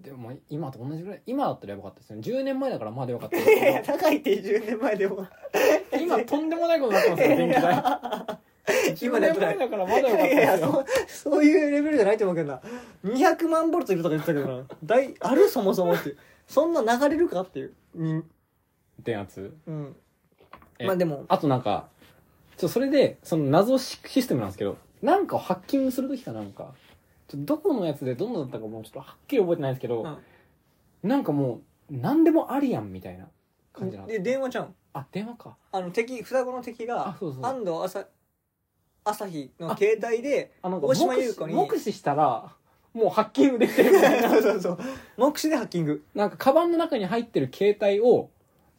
[SPEAKER 2] でも今と同じぐらい今だったらやばかったですよね10年前だからまだよかったです
[SPEAKER 1] いやいや
[SPEAKER 2] け
[SPEAKER 1] 高いって10年前でも
[SPEAKER 2] ど [laughs] 今とんでもないことになってますよ電気代
[SPEAKER 1] [laughs]
[SPEAKER 2] 10
[SPEAKER 1] 今だった
[SPEAKER 2] 年
[SPEAKER 1] ら
[SPEAKER 2] 前だからまだよかった
[SPEAKER 1] いや
[SPEAKER 2] で
[SPEAKER 1] い
[SPEAKER 2] す
[SPEAKER 1] や
[SPEAKER 2] よ
[SPEAKER 1] そうそういうレベルじゃないと思うけどな200万ボルトいるとか言ってたけどな大あるそもそもっていうそんな流れるかっていう
[SPEAKER 2] 電圧
[SPEAKER 1] うん
[SPEAKER 2] え
[SPEAKER 1] まあでも
[SPEAKER 2] あとなんか、ちょ、それで、その謎シシステムなんですけど、なんかをハッキングするときかなんか、ちょどこのやつでどんなだったかもうちょっとはっきり覚えてないんですけど、なんかもう、なんでもありやんみたいな感じなの。
[SPEAKER 1] で電話ちゃうん
[SPEAKER 2] あ、電話か。
[SPEAKER 1] あの敵双子の敵が
[SPEAKER 2] あそうそう
[SPEAKER 1] 安藤朝朝日の携帯
[SPEAKER 2] [laughs]
[SPEAKER 1] で
[SPEAKER 2] あ、なんか
[SPEAKER 1] 大
[SPEAKER 2] 目視
[SPEAKER 1] 島優子に
[SPEAKER 2] 目視したら、もうハッキングできて
[SPEAKER 1] [laughs]
[SPEAKER 2] るみたいな。
[SPEAKER 1] そうそうそう目視でハッキング
[SPEAKER 2] なんか、カバンの中に入ってる携帯を、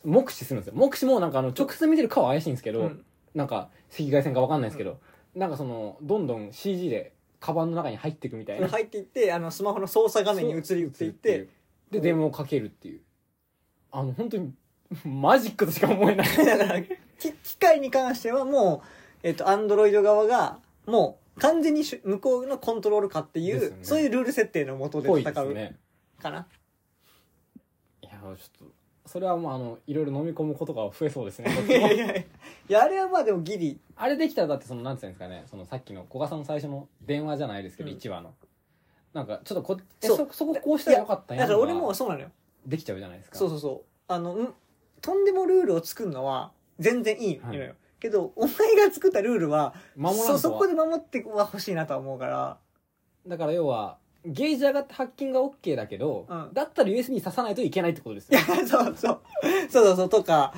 [SPEAKER 2] 目視するんですよ。目視もなんかあの、直接見てるかは怪しいんですけど、
[SPEAKER 1] うん
[SPEAKER 2] なんか、赤外線かわかんないですけど、なんかその、どんどん CG で、カバンの中に入っていくみたいな。
[SPEAKER 1] 入っていってあのスマホの操作画面に移り移っていって
[SPEAKER 2] で電話をかけるっていうあの本当にマジックとしか思えない
[SPEAKER 1] [laughs] だからき機械に関してはもうえっとアンドロイド側がもう完全にし向こうのコントロールかってい
[SPEAKER 2] です
[SPEAKER 1] う、
[SPEAKER 2] よね
[SPEAKER 1] そういうルール設定のもとで
[SPEAKER 2] ぽい
[SPEAKER 1] 戦
[SPEAKER 2] です
[SPEAKER 1] う
[SPEAKER 2] ね
[SPEAKER 1] かな、
[SPEAKER 2] いやちょっとそれはもうあのいろいろ飲み込むことが増えそうです
[SPEAKER 1] [laughs]
[SPEAKER 2] ね
[SPEAKER 1] いやいやいやあれはまあでもギリ
[SPEAKER 2] あれできたらだってそのなんていうんですかねそのさっきの古賀さんの最初の電話じゃないですけど、
[SPEAKER 1] うん
[SPEAKER 2] 一話のなんかちょっとこえ
[SPEAKER 1] そ
[SPEAKER 2] そうそここうしたらよかったんや
[SPEAKER 1] だ
[SPEAKER 2] ん
[SPEAKER 1] から俺も
[SPEAKER 2] が
[SPEAKER 1] そうなのよ
[SPEAKER 2] できちゃうじゃないですか
[SPEAKER 1] そうそうそうあのんとんでもルールを作るのは全然いいのよ、
[SPEAKER 2] はい
[SPEAKER 1] けどお前が作ったルールは
[SPEAKER 2] 守らんと
[SPEAKER 1] そ
[SPEAKER 2] は
[SPEAKER 1] そこで守っては欲しいなとは思うから [laughs]
[SPEAKER 2] だから要はゲージ上がってハッキングが OK だけど、
[SPEAKER 1] うん
[SPEAKER 2] だったら USB に挿さないといけないってことです
[SPEAKER 1] い
[SPEAKER 2] よ
[SPEAKER 1] やそうそうそうそうそうとか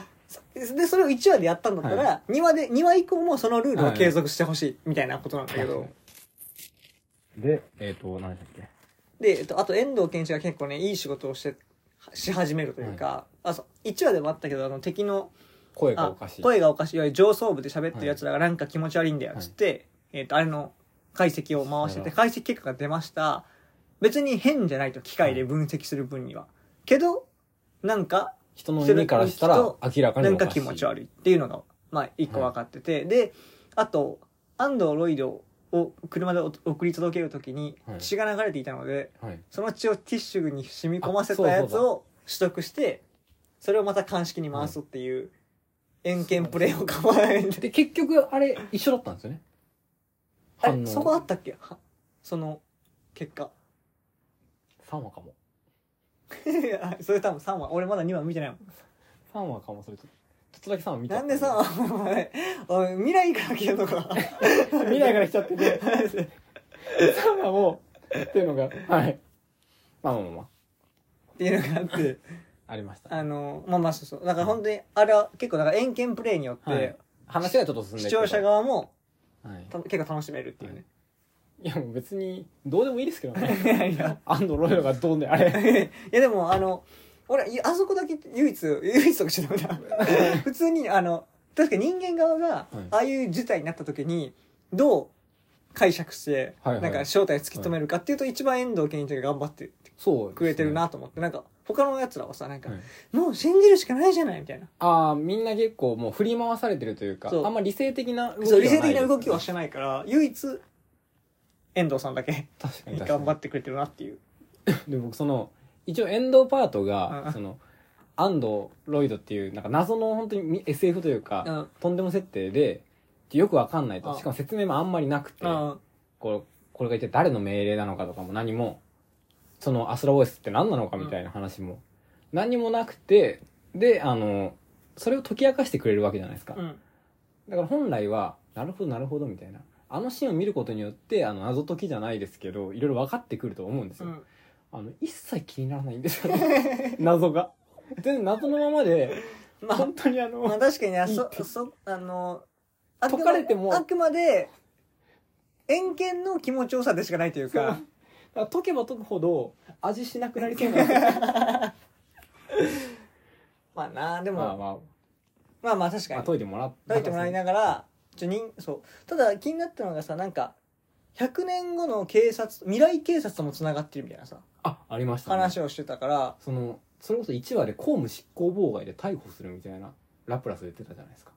[SPEAKER 1] でそれを1話でやったんだったら、
[SPEAKER 2] は
[SPEAKER 1] 2話で2話以降もそのルールを継続してほしいみたいなことなんだけど、
[SPEAKER 2] で、えっ、と、何でしたっけ
[SPEAKER 1] で、えっと、あと遠藤健一が結構ねいい仕事をしてし始めるというか、あそう1話でもあったけどあの敵の
[SPEAKER 2] 声が
[SPEAKER 1] あ
[SPEAKER 2] おかしい。
[SPEAKER 1] 声がおかしいいわゆる上層部で喋ってるやつらがなんか気持ち悪いんだよっつって、えっとあれの解析を回して
[SPEAKER 2] は
[SPEAKER 1] て
[SPEAKER 2] い
[SPEAKER 1] 解析結果が出ました別に変じゃないと機械で分析する分には、けどなんか
[SPEAKER 2] 人の耳からしたら明らかに
[SPEAKER 1] な
[SPEAKER 2] お
[SPEAKER 1] ん
[SPEAKER 2] か
[SPEAKER 1] か
[SPEAKER 2] しい。
[SPEAKER 1] 気持ち悪いっていうのが、まあ、一個分かってて、であと安藤ロイドを車でお送り届けるときに
[SPEAKER 2] はい
[SPEAKER 1] 血が流れていたので、
[SPEAKER 2] はい。
[SPEAKER 1] その血をティッシュに染み込ませたやつを取得してそれをまた鑑識に回すっていう円形プレイを構えて
[SPEAKER 2] で、結局、あれ、一緒だったんですよね。
[SPEAKER 1] あ
[SPEAKER 2] 反応
[SPEAKER 1] れそこあったっけはその結果 [laughs]
[SPEAKER 2] 3話かも。
[SPEAKER 1] あそれ多分3話俺まだ2話見てないもん
[SPEAKER 2] 3話かも、それちょっと。ちょっとだけ3話見た。
[SPEAKER 1] なんでさお前 [laughs] おい未来から来てんのか [laughs]
[SPEAKER 2] 未来から来ちゃってて、3話を、っていうのが、はい。まあまあまあま
[SPEAKER 1] っていうのがあって
[SPEAKER 2] あ、ありました。
[SPEAKER 1] あのまあまあそうそうだから本当にあれは結構だから円形プレイによって、
[SPEAKER 2] はい話がちょっと進んで
[SPEAKER 1] 視
[SPEAKER 2] いくと
[SPEAKER 1] 聴者。側も
[SPEAKER 2] はい。
[SPEAKER 1] た結構楽しめるっていうね、
[SPEAKER 2] いや、もう別に、どうでもいいですけどね。 [laughs]
[SPEAKER 1] い、 [laughs] やいや
[SPEAKER 2] アンドロイドがどうね、あれ。
[SPEAKER 1] いやでもあの俺いあそこだけ唯一唯一とかちょっと待
[SPEAKER 2] [laughs]
[SPEAKER 1] ってな普通にあの確かに人間側が
[SPEAKER 2] はい
[SPEAKER 1] ああいう事態になった時にどう解釈して
[SPEAKER 2] はい
[SPEAKER 1] な
[SPEAKER 2] はい
[SPEAKER 1] んか正体を突き止めるかっていうと一番遠藤健一が頑張って
[SPEAKER 2] そう、
[SPEAKER 1] くれてる。なと思ってなんか他のやつらはさなんか
[SPEAKER 2] はい
[SPEAKER 1] もう信じるしかないじゃないみたいな
[SPEAKER 2] ああ、みんな結構もう振り回されてるというか、
[SPEAKER 1] そう
[SPEAKER 2] あんま理性的な動き
[SPEAKER 1] そう
[SPEAKER 2] は
[SPEAKER 1] 理性的な動き
[SPEAKER 2] は
[SPEAKER 1] はしてないから唯一遠藤さんだけ
[SPEAKER 2] 確かに確かに
[SPEAKER 1] 頑張ってくれてるなっていう
[SPEAKER 2] で僕その一応エンドパート
[SPEAKER 1] うんう
[SPEAKER 2] が
[SPEAKER 1] ん
[SPEAKER 2] その安藤ロイドっていうなんか謎の本当にみ SF というか、
[SPEAKER 1] うん
[SPEAKER 2] とんでも設定でよくわかんないと
[SPEAKER 1] あ
[SPEAKER 2] しかも説明もあんまりなくて
[SPEAKER 1] うん
[SPEAKER 2] これこれが一体誰の命令なのかとかも何もそのアスラ OS って何なのかみたいな話も何もなくてであのそれを解き明かしてくれるわけじゃないですか、
[SPEAKER 1] うん
[SPEAKER 2] だから本来はなるほどなるほどみたいなあのシーンを見ることによってあの謎解きじゃないですけどいろいろ分かってくると思うんです
[SPEAKER 1] う
[SPEAKER 2] よ、
[SPEAKER 1] ん
[SPEAKER 2] あの、一切気にならないんですよ [laughs] ね。謎が。全然謎のままで、
[SPEAKER 1] まあ
[SPEAKER 2] 本当にあ
[SPEAKER 1] まあ
[SPEAKER 2] の、
[SPEAKER 1] 確かにね、
[SPEAKER 2] いい
[SPEAKER 1] そ
[SPEAKER 2] っ、て
[SPEAKER 1] そ、あの、あくま
[SPEAKER 2] 解かれても
[SPEAKER 1] あくまで、遠見の気持ちよさでしかないというか、
[SPEAKER 2] 解けば解くほど味しなくなりそうなんですよ
[SPEAKER 1] まあなあ、でも、
[SPEAKER 2] ま
[SPEAKER 1] ま
[SPEAKER 2] あ
[SPEAKER 1] あま
[SPEAKER 2] ま
[SPEAKER 1] あ、確
[SPEAKER 2] あ、
[SPEAKER 1] かに。
[SPEAKER 2] 解いてもらっ
[SPEAKER 1] 解いてもらいながら、ちょ人そう。ただ気になったのがさ、なんか、100年後の警察、未来警察とも繋がってるみたいなさ、
[SPEAKER 2] あ、ありました、
[SPEAKER 1] 話をしてたから、
[SPEAKER 2] その、それこそ1話で公務執行妨害で逮捕するみたいな、ラプラス言ってたじゃないですか。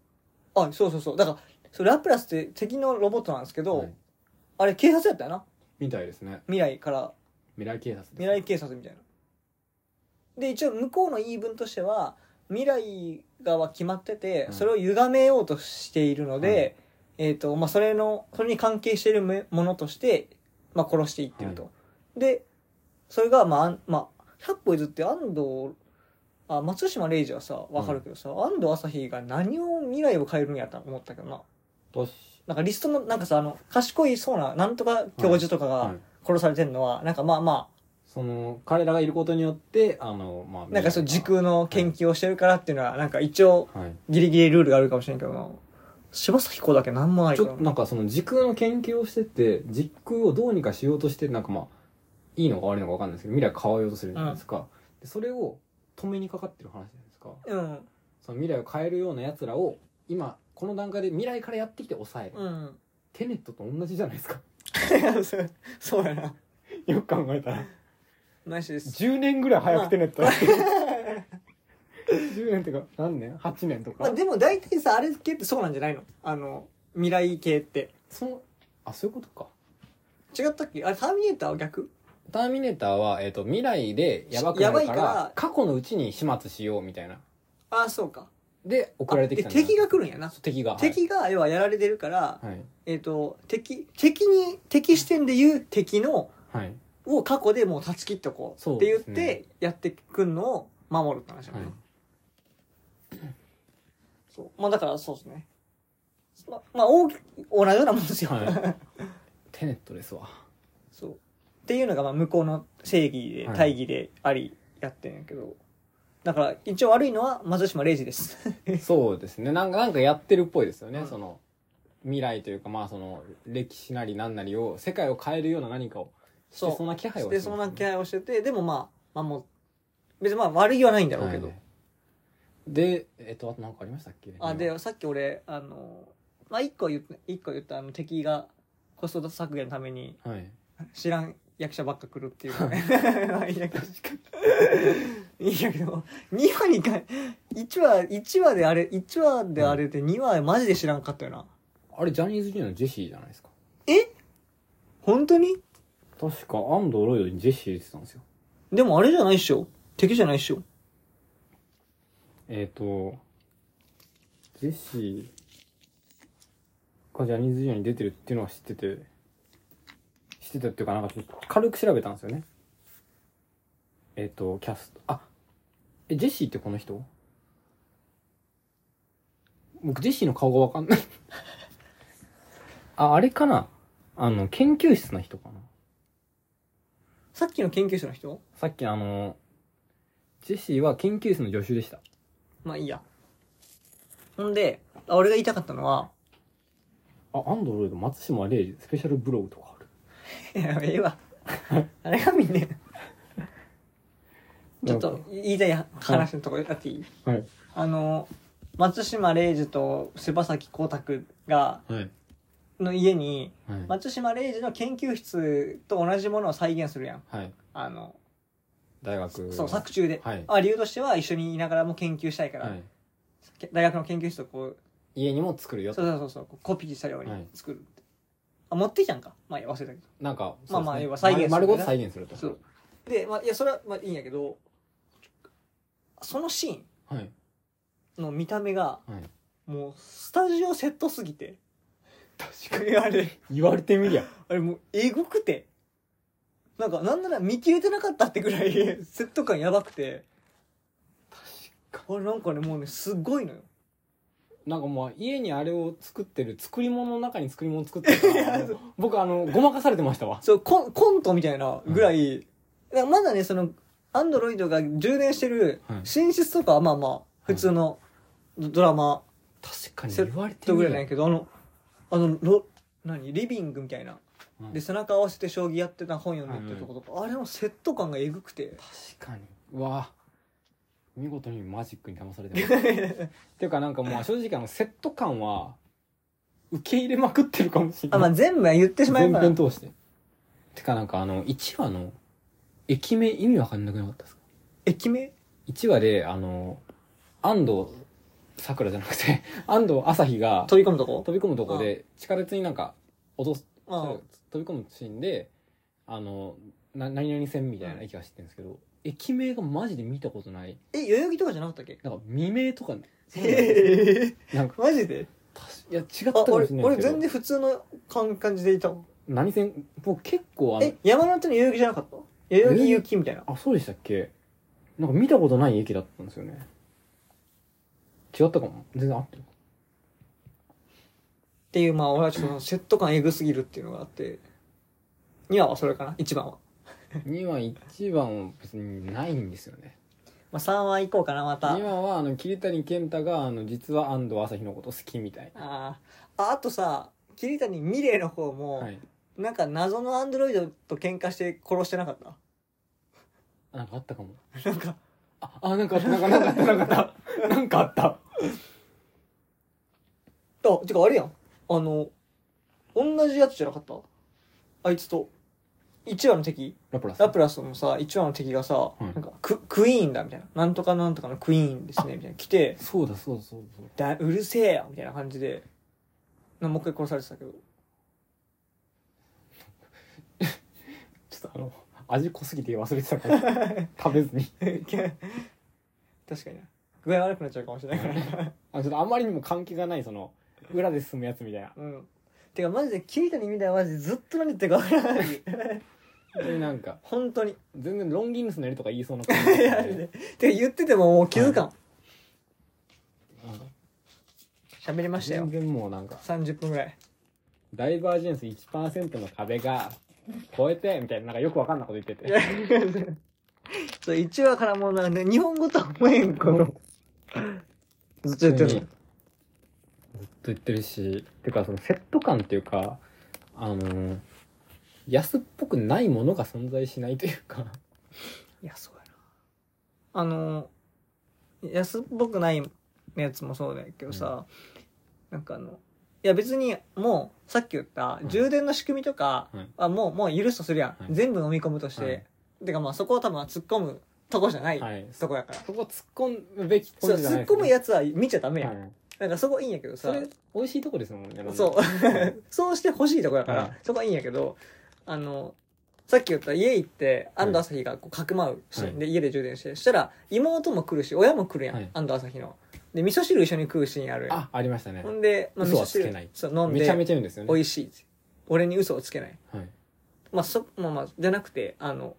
[SPEAKER 1] あ、そうそうそう。だから、そうラプラスって敵のロボットなんですけど、
[SPEAKER 2] はい
[SPEAKER 1] あれ警察やったよな。
[SPEAKER 2] みたいですね。
[SPEAKER 1] 未来から
[SPEAKER 2] 未来警察です、
[SPEAKER 1] 未来警察みたいなで一応向こうの言い分としては未来側決まってて
[SPEAKER 2] うん
[SPEAKER 1] それを歪めようとしているので、えーとまあ、それのそれに関係しているめものとして、まあ、殺していってると、でそれが、まああんまあ、100歩譲って安藤あ松島玲二はさわかるけどさ、安藤朝日が何を未来を変えるんやと思ったけどな
[SPEAKER 2] 都市
[SPEAKER 1] なんかリストのなんかさあの賢いそうななんとか教授とか
[SPEAKER 2] は
[SPEAKER 1] が
[SPEAKER 2] い
[SPEAKER 1] 殺されてるのは、なんかまあまあ
[SPEAKER 2] その、彼らがいることによって、あの、まあ、
[SPEAKER 1] なんかそう時空の研究をしてるからっていうのはなんか一応
[SPEAKER 2] はい。
[SPEAKER 1] ギリギリルールがあるかもしれんけどな柴咲コウだけなんもない
[SPEAKER 2] ち
[SPEAKER 1] か
[SPEAKER 2] ょっ
[SPEAKER 1] ら
[SPEAKER 2] となんかその時空の研究をしてて時空をどうにかしようとしてなんかまあいいのか悪いのか分かんないですけど未来変わようとするじゃないですか、でそれを止めにかかってる話じゃないですか
[SPEAKER 1] うん
[SPEAKER 2] その未来を変えるようなやつらを今この段階で未来からやってきて抑える、
[SPEAKER 1] うん
[SPEAKER 2] テネットと同じじゃないですか [laughs]
[SPEAKER 1] そう [laughs] そうやな
[SPEAKER 2] よく考えたら
[SPEAKER 1] マジです
[SPEAKER 2] 10年ぐらい早くテネットやってる10年っていうか何年 ?8 年とか、
[SPEAKER 1] まあでも大体さあれ系ってそうなんじゃないのあの未来系って
[SPEAKER 2] そのあそういうことか
[SPEAKER 1] 違ったっけあれターミネーターは逆
[SPEAKER 2] ターミネーターは、えっと未来でやばくな
[SPEAKER 1] やばい
[SPEAKER 2] るか
[SPEAKER 1] から
[SPEAKER 2] ら過去のうちに始末しようみたいな
[SPEAKER 1] ああそうか
[SPEAKER 2] で送られてきた
[SPEAKER 1] あ
[SPEAKER 2] ん
[SPEAKER 1] で
[SPEAKER 2] だ
[SPEAKER 1] 敵が来るんやな
[SPEAKER 2] そう敵がはい
[SPEAKER 1] 敵が要はやられてるから、
[SPEAKER 2] はい
[SPEAKER 1] えっ、と敵敵に敵視点で言う敵の
[SPEAKER 2] はい、
[SPEAKER 1] を過去でもう断ち切っとこうって言っ
[SPEAKER 2] そうで
[SPEAKER 1] てやってくんのを守るって話なの、
[SPEAKER 2] はい
[SPEAKER 1] そう。まあだからそうですね。ままあ大き、同じようなもんですよ。
[SPEAKER 2] はテネットですわ
[SPEAKER 1] [laughs]
[SPEAKER 2] [laughs]
[SPEAKER 1] そう。っていうのがまあ向こうの正義で、
[SPEAKER 2] はい
[SPEAKER 1] 大義でありやってんやけど、だから一応悪いのは松島0時です
[SPEAKER 2] そうですねなんかなんかやってるっぽいですよね、
[SPEAKER 1] うん
[SPEAKER 2] その未来というかまあその歴史なりなんなりを世界を変えるような何かをしてそうな気配は
[SPEAKER 1] してそうな気
[SPEAKER 2] 配
[SPEAKER 1] 配をしててでもまあ守っ別にまあ悪いはないんだろうけど、
[SPEAKER 2] でえっとあと何かありましたっけ
[SPEAKER 1] あでさっき俺あのまあ一個言った一個言ったあの敵がコスト削減のために
[SPEAKER 2] はい
[SPEAKER 1] 知らん役者ばっか [laughs] 来るっていうねまあいいやけどいいやけど2話にか1話一話であれ1話であれで2話マジで知らんかったよな
[SPEAKER 2] あれジャニーズ Jr. のジェシーじゃないですか
[SPEAKER 1] 本当に
[SPEAKER 2] 確か安藤ロイドにジェシー入れてたんですよ
[SPEAKER 1] でもあれじゃないっしょ敵じゃないっしょ
[SPEAKER 2] えっ、とジェシーがジャニーズ Jr. に出てるっていうのは知ってて知ってたっていうかなんかちょっと軽く調べたんですよねえっ、とキャストあえジェシーってこの人僕ジェシーの顔がわかんないああれかなあの研究室の人かな
[SPEAKER 1] さっきの研究者の人
[SPEAKER 2] さっきあのジェシーは研究室の助手でした
[SPEAKER 1] まあいいやほんであ俺が言いたかったのは [laughs]
[SPEAKER 2] あアンドロイド松島玲スペシャルブログとかある
[SPEAKER 1] いやええわあれが見んねんちょっと言いたい話のところやっていい
[SPEAKER 2] はい
[SPEAKER 1] あの松島玲二と柴崎光沢が
[SPEAKER 2] はい
[SPEAKER 1] の家に
[SPEAKER 2] はい、
[SPEAKER 1] 松島玲二の研究室と同じものを再現するやん
[SPEAKER 2] はい、
[SPEAKER 1] あの
[SPEAKER 2] 大学
[SPEAKER 1] そう作中で、
[SPEAKER 2] はい
[SPEAKER 1] あ理由としては一緒にいながらも研究したいから、
[SPEAKER 2] はい、
[SPEAKER 1] け大学の研究室をこう
[SPEAKER 2] 家にも作るよ
[SPEAKER 1] そうそうそうそうこうコピーしたように
[SPEAKER 2] はい
[SPEAKER 1] 作るって、あ持ってきたんかまあ忘れたけど
[SPEAKER 2] なんかそうです
[SPEAKER 1] まあまあ要は再現する
[SPEAKER 2] 丸ごと再現すると
[SPEAKER 1] そうでまあいやそれはまあいいんやけどそのシーン
[SPEAKER 2] はい
[SPEAKER 1] の見た目が
[SPEAKER 2] はい
[SPEAKER 1] もうスタジオセットすぎて確かにあれ
[SPEAKER 2] 言われてみりゃ
[SPEAKER 1] あれもうえぐくてなんかなんなら見切れてなかったってぐらい [laughs] セット感やばくて確かあれなんかねもうねすごいのよ
[SPEAKER 2] なんかもう家にあれを作ってる作り物の中に作り物作ってるか
[SPEAKER 1] い
[SPEAKER 2] ら
[SPEAKER 1] や
[SPEAKER 2] もう僕あのごまかされてましたわ
[SPEAKER 1] そうコンコントみたいなぐらい、だからまだねそのアンドロイドが充電してる
[SPEAKER 2] はい
[SPEAKER 1] 寝室とかはまあまあ普通のドドラマ
[SPEAKER 2] 確か
[SPEAKER 1] セッ
[SPEAKER 2] われ
[SPEAKER 1] とぐらいなんやけどあのあのロ何リビングみたいな
[SPEAKER 2] うん
[SPEAKER 1] で背中合わせて将棋やってた本読んでってるとことかあれのセット感がえぐくて [laughs]
[SPEAKER 2] 確かにうわ見事にマジックに騙されてましたっていうかなんかもう正直あのセット感は受け入れまくってるかもしれな
[SPEAKER 1] あ
[SPEAKER 2] い
[SPEAKER 1] まあ全部は言ってしまえ
[SPEAKER 2] 全
[SPEAKER 1] ば
[SPEAKER 2] 編通して。てかなんかあの、1話の、駅名意味わかんなくなかったですか
[SPEAKER 1] 駅名
[SPEAKER 2] ?1 話で、あの、安藤、桜じゃなくて、 [laughs] 安藤朝日が
[SPEAKER 1] 飛び込むとこ
[SPEAKER 2] 飛び込むとこで、地下鉄になんか落とす、
[SPEAKER 1] あ
[SPEAKER 2] 飛び込むシーンで、あの、な何々線みたいな駅が走ってるんですけど、駅名がマジで見たことない。
[SPEAKER 1] え代々木とかじゃなかったっけ
[SPEAKER 2] なんか未明とか、
[SPEAKER 1] え
[SPEAKER 2] なん
[SPEAKER 1] [laughs]
[SPEAKER 2] か、
[SPEAKER 1] マジで
[SPEAKER 2] いや違った
[SPEAKER 1] あ
[SPEAKER 2] かも
[SPEAKER 1] 俺
[SPEAKER 2] しれない
[SPEAKER 1] 俺
[SPEAKER 2] ですけ
[SPEAKER 1] 全
[SPEAKER 2] ど。
[SPEAKER 1] 然普通の感感じでいたわ
[SPEAKER 2] 何線、僕結構あの
[SPEAKER 1] え、山の手の代々木じゃなかった代々木雪みたいな。
[SPEAKER 2] あ、そうでしたっけなんか見たことない駅だったんですよね。違ったかも。全然合ってる。
[SPEAKER 1] っていう、まあ、俺はちょっとそのセット感エグすぎるっていうのがあって、2話はそれかな ?1 番は。
[SPEAKER 2] 2話、1番は別にないんですよね。
[SPEAKER 1] まあ、3話以降かな、また。
[SPEAKER 2] 2
[SPEAKER 1] あ
[SPEAKER 2] 話は、あの、桐谷健太が、あの、実は安藤朝日のこと好きみたい
[SPEAKER 1] あー。あ、あとさ、桐谷美玲の方
[SPEAKER 2] な。
[SPEAKER 1] も、
[SPEAKER 2] はい。
[SPEAKER 1] なんか謎のアンドロイドと喧嘩して殺してなかった [laughs]
[SPEAKER 2] あなんかあったかも。
[SPEAKER 1] なんか、
[SPEAKER 2] あ、あ、なんかあった、なんかなんかあった、なん [laughs] かあった。なんかあった。
[SPEAKER 1] あ、てかあれやん。あの、同じやつじゃなかったあいつと。1話の敵
[SPEAKER 2] ラプラス。
[SPEAKER 1] ラプラスのさ、1話の敵がさ、
[SPEAKER 2] い
[SPEAKER 1] なんかク、クイーンだみたいな。なんとかなんとかのクイーンですね、みたいな。来て、
[SPEAKER 2] そうだ、そうだ、そうだ。そうだ
[SPEAKER 1] だうるせえよみたいな感じでなもう一回殺されてたけど
[SPEAKER 2] ちょっとあの、味濃すぎて忘れてた [laughs] から。食べずに。
[SPEAKER 1] [laughs] 確かにな具合悪くなっちゃうかもしれないから
[SPEAKER 2] あ、ちょっとあまりにも関係がない、その、裏で進むやつみたいな。
[SPEAKER 1] うんてかマジで桐谷みたいなマジでずっと何言ってるか分からない
[SPEAKER 2] [laughs] 本当になんか、
[SPEAKER 1] 本当にい
[SPEAKER 2] 全然ロンギングスのやりとか言いそうな感
[SPEAKER 1] [laughs]
[SPEAKER 2] じ、
[SPEAKER 1] やでてか言っててももう気づかん喋りました
[SPEAKER 2] 全
[SPEAKER 1] よ
[SPEAKER 2] 然もうなんか
[SPEAKER 1] 30分ぐらい
[SPEAKER 2] ダイバージェンス1%の壁が超えてみたいななんかよくわかんないこと言ってて
[SPEAKER 1] いそう一話からもうなんかね、日本語とは思えんこの。ずっと言って
[SPEAKER 2] ずっ
[SPEAKER 1] る
[SPEAKER 2] と言ってるし、てかそのセット感っていうか、あの、安っぽくないものが存在しないというか、
[SPEAKER 1] いや、そうやな。あの、安っぽくないやつもそうだけどさ、なんかあの、いや別にもうさっき言った
[SPEAKER 2] うん
[SPEAKER 1] 充電の仕組みとか
[SPEAKER 2] はい
[SPEAKER 1] はもう、もう許すとするやん。
[SPEAKER 2] はい
[SPEAKER 1] 全部飲み込むとして。てかまあそこは多分突っ込むとこじゃない、
[SPEAKER 2] はい。
[SPEAKER 1] とこやから。
[SPEAKER 2] そこ突っ込むべき
[SPEAKER 1] そう、
[SPEAKER 2] とこじゃない
[SPEAKER 1] 突っ
[SPEAKER 2] です
[SPEAKER 1] 込
[SPEAKER 2] ね
[SPEAKER 1] むやつは見ちゃダメやん。
[SPEAKER 2] はい
[SPEAKER 1] なんかそこいいんやけど
[SPEAKER 2] そ
[SPEAKER 1] さ。
[SPEAKER 2] れ、美味しいとこですもんね。
[SPEAKER 1] そう
[SPEAKER 2] い。
[SPEAKER 1] [laughs] そうしてほしいとこだから、
[SPEAKER 2] はい
[SPEAKER 1] そこはいいんやけど、あの、さっき言った家行って、安藤朝日がこうかくまうシーンで、家で充電して、そしたら妹も来るし、親も来るやん、
[SPEAKER 2] はい
[SPEAKER 1] 安藤朝日の。で、味噌汁一緒に食うシーンあるやん。
[SPEAKER 2] [laughs] あ、ありましたね
[SPEAKER 1] ほ。んで、まあ、味
[SPEAKER 2] 嘘
[SPEAKER 1] 噌
[SPEAKER 2] はつ
[SPEAKER 1] 汁
[SPEAKER 2] けない
[SPEAKER 1] そう飲ん
[SPEAKER 2] めちゃめ
[SPEAKER 1] で、
[SPEAKER 2] ちゃ言うんですよね。
[SPEAKER 1] 美味しいって。俺に嘘をつけない。
[SPEAKER 2] はい。
[SPEAKER 1] まあ、そ、まあまあ、じゃなくて、あの、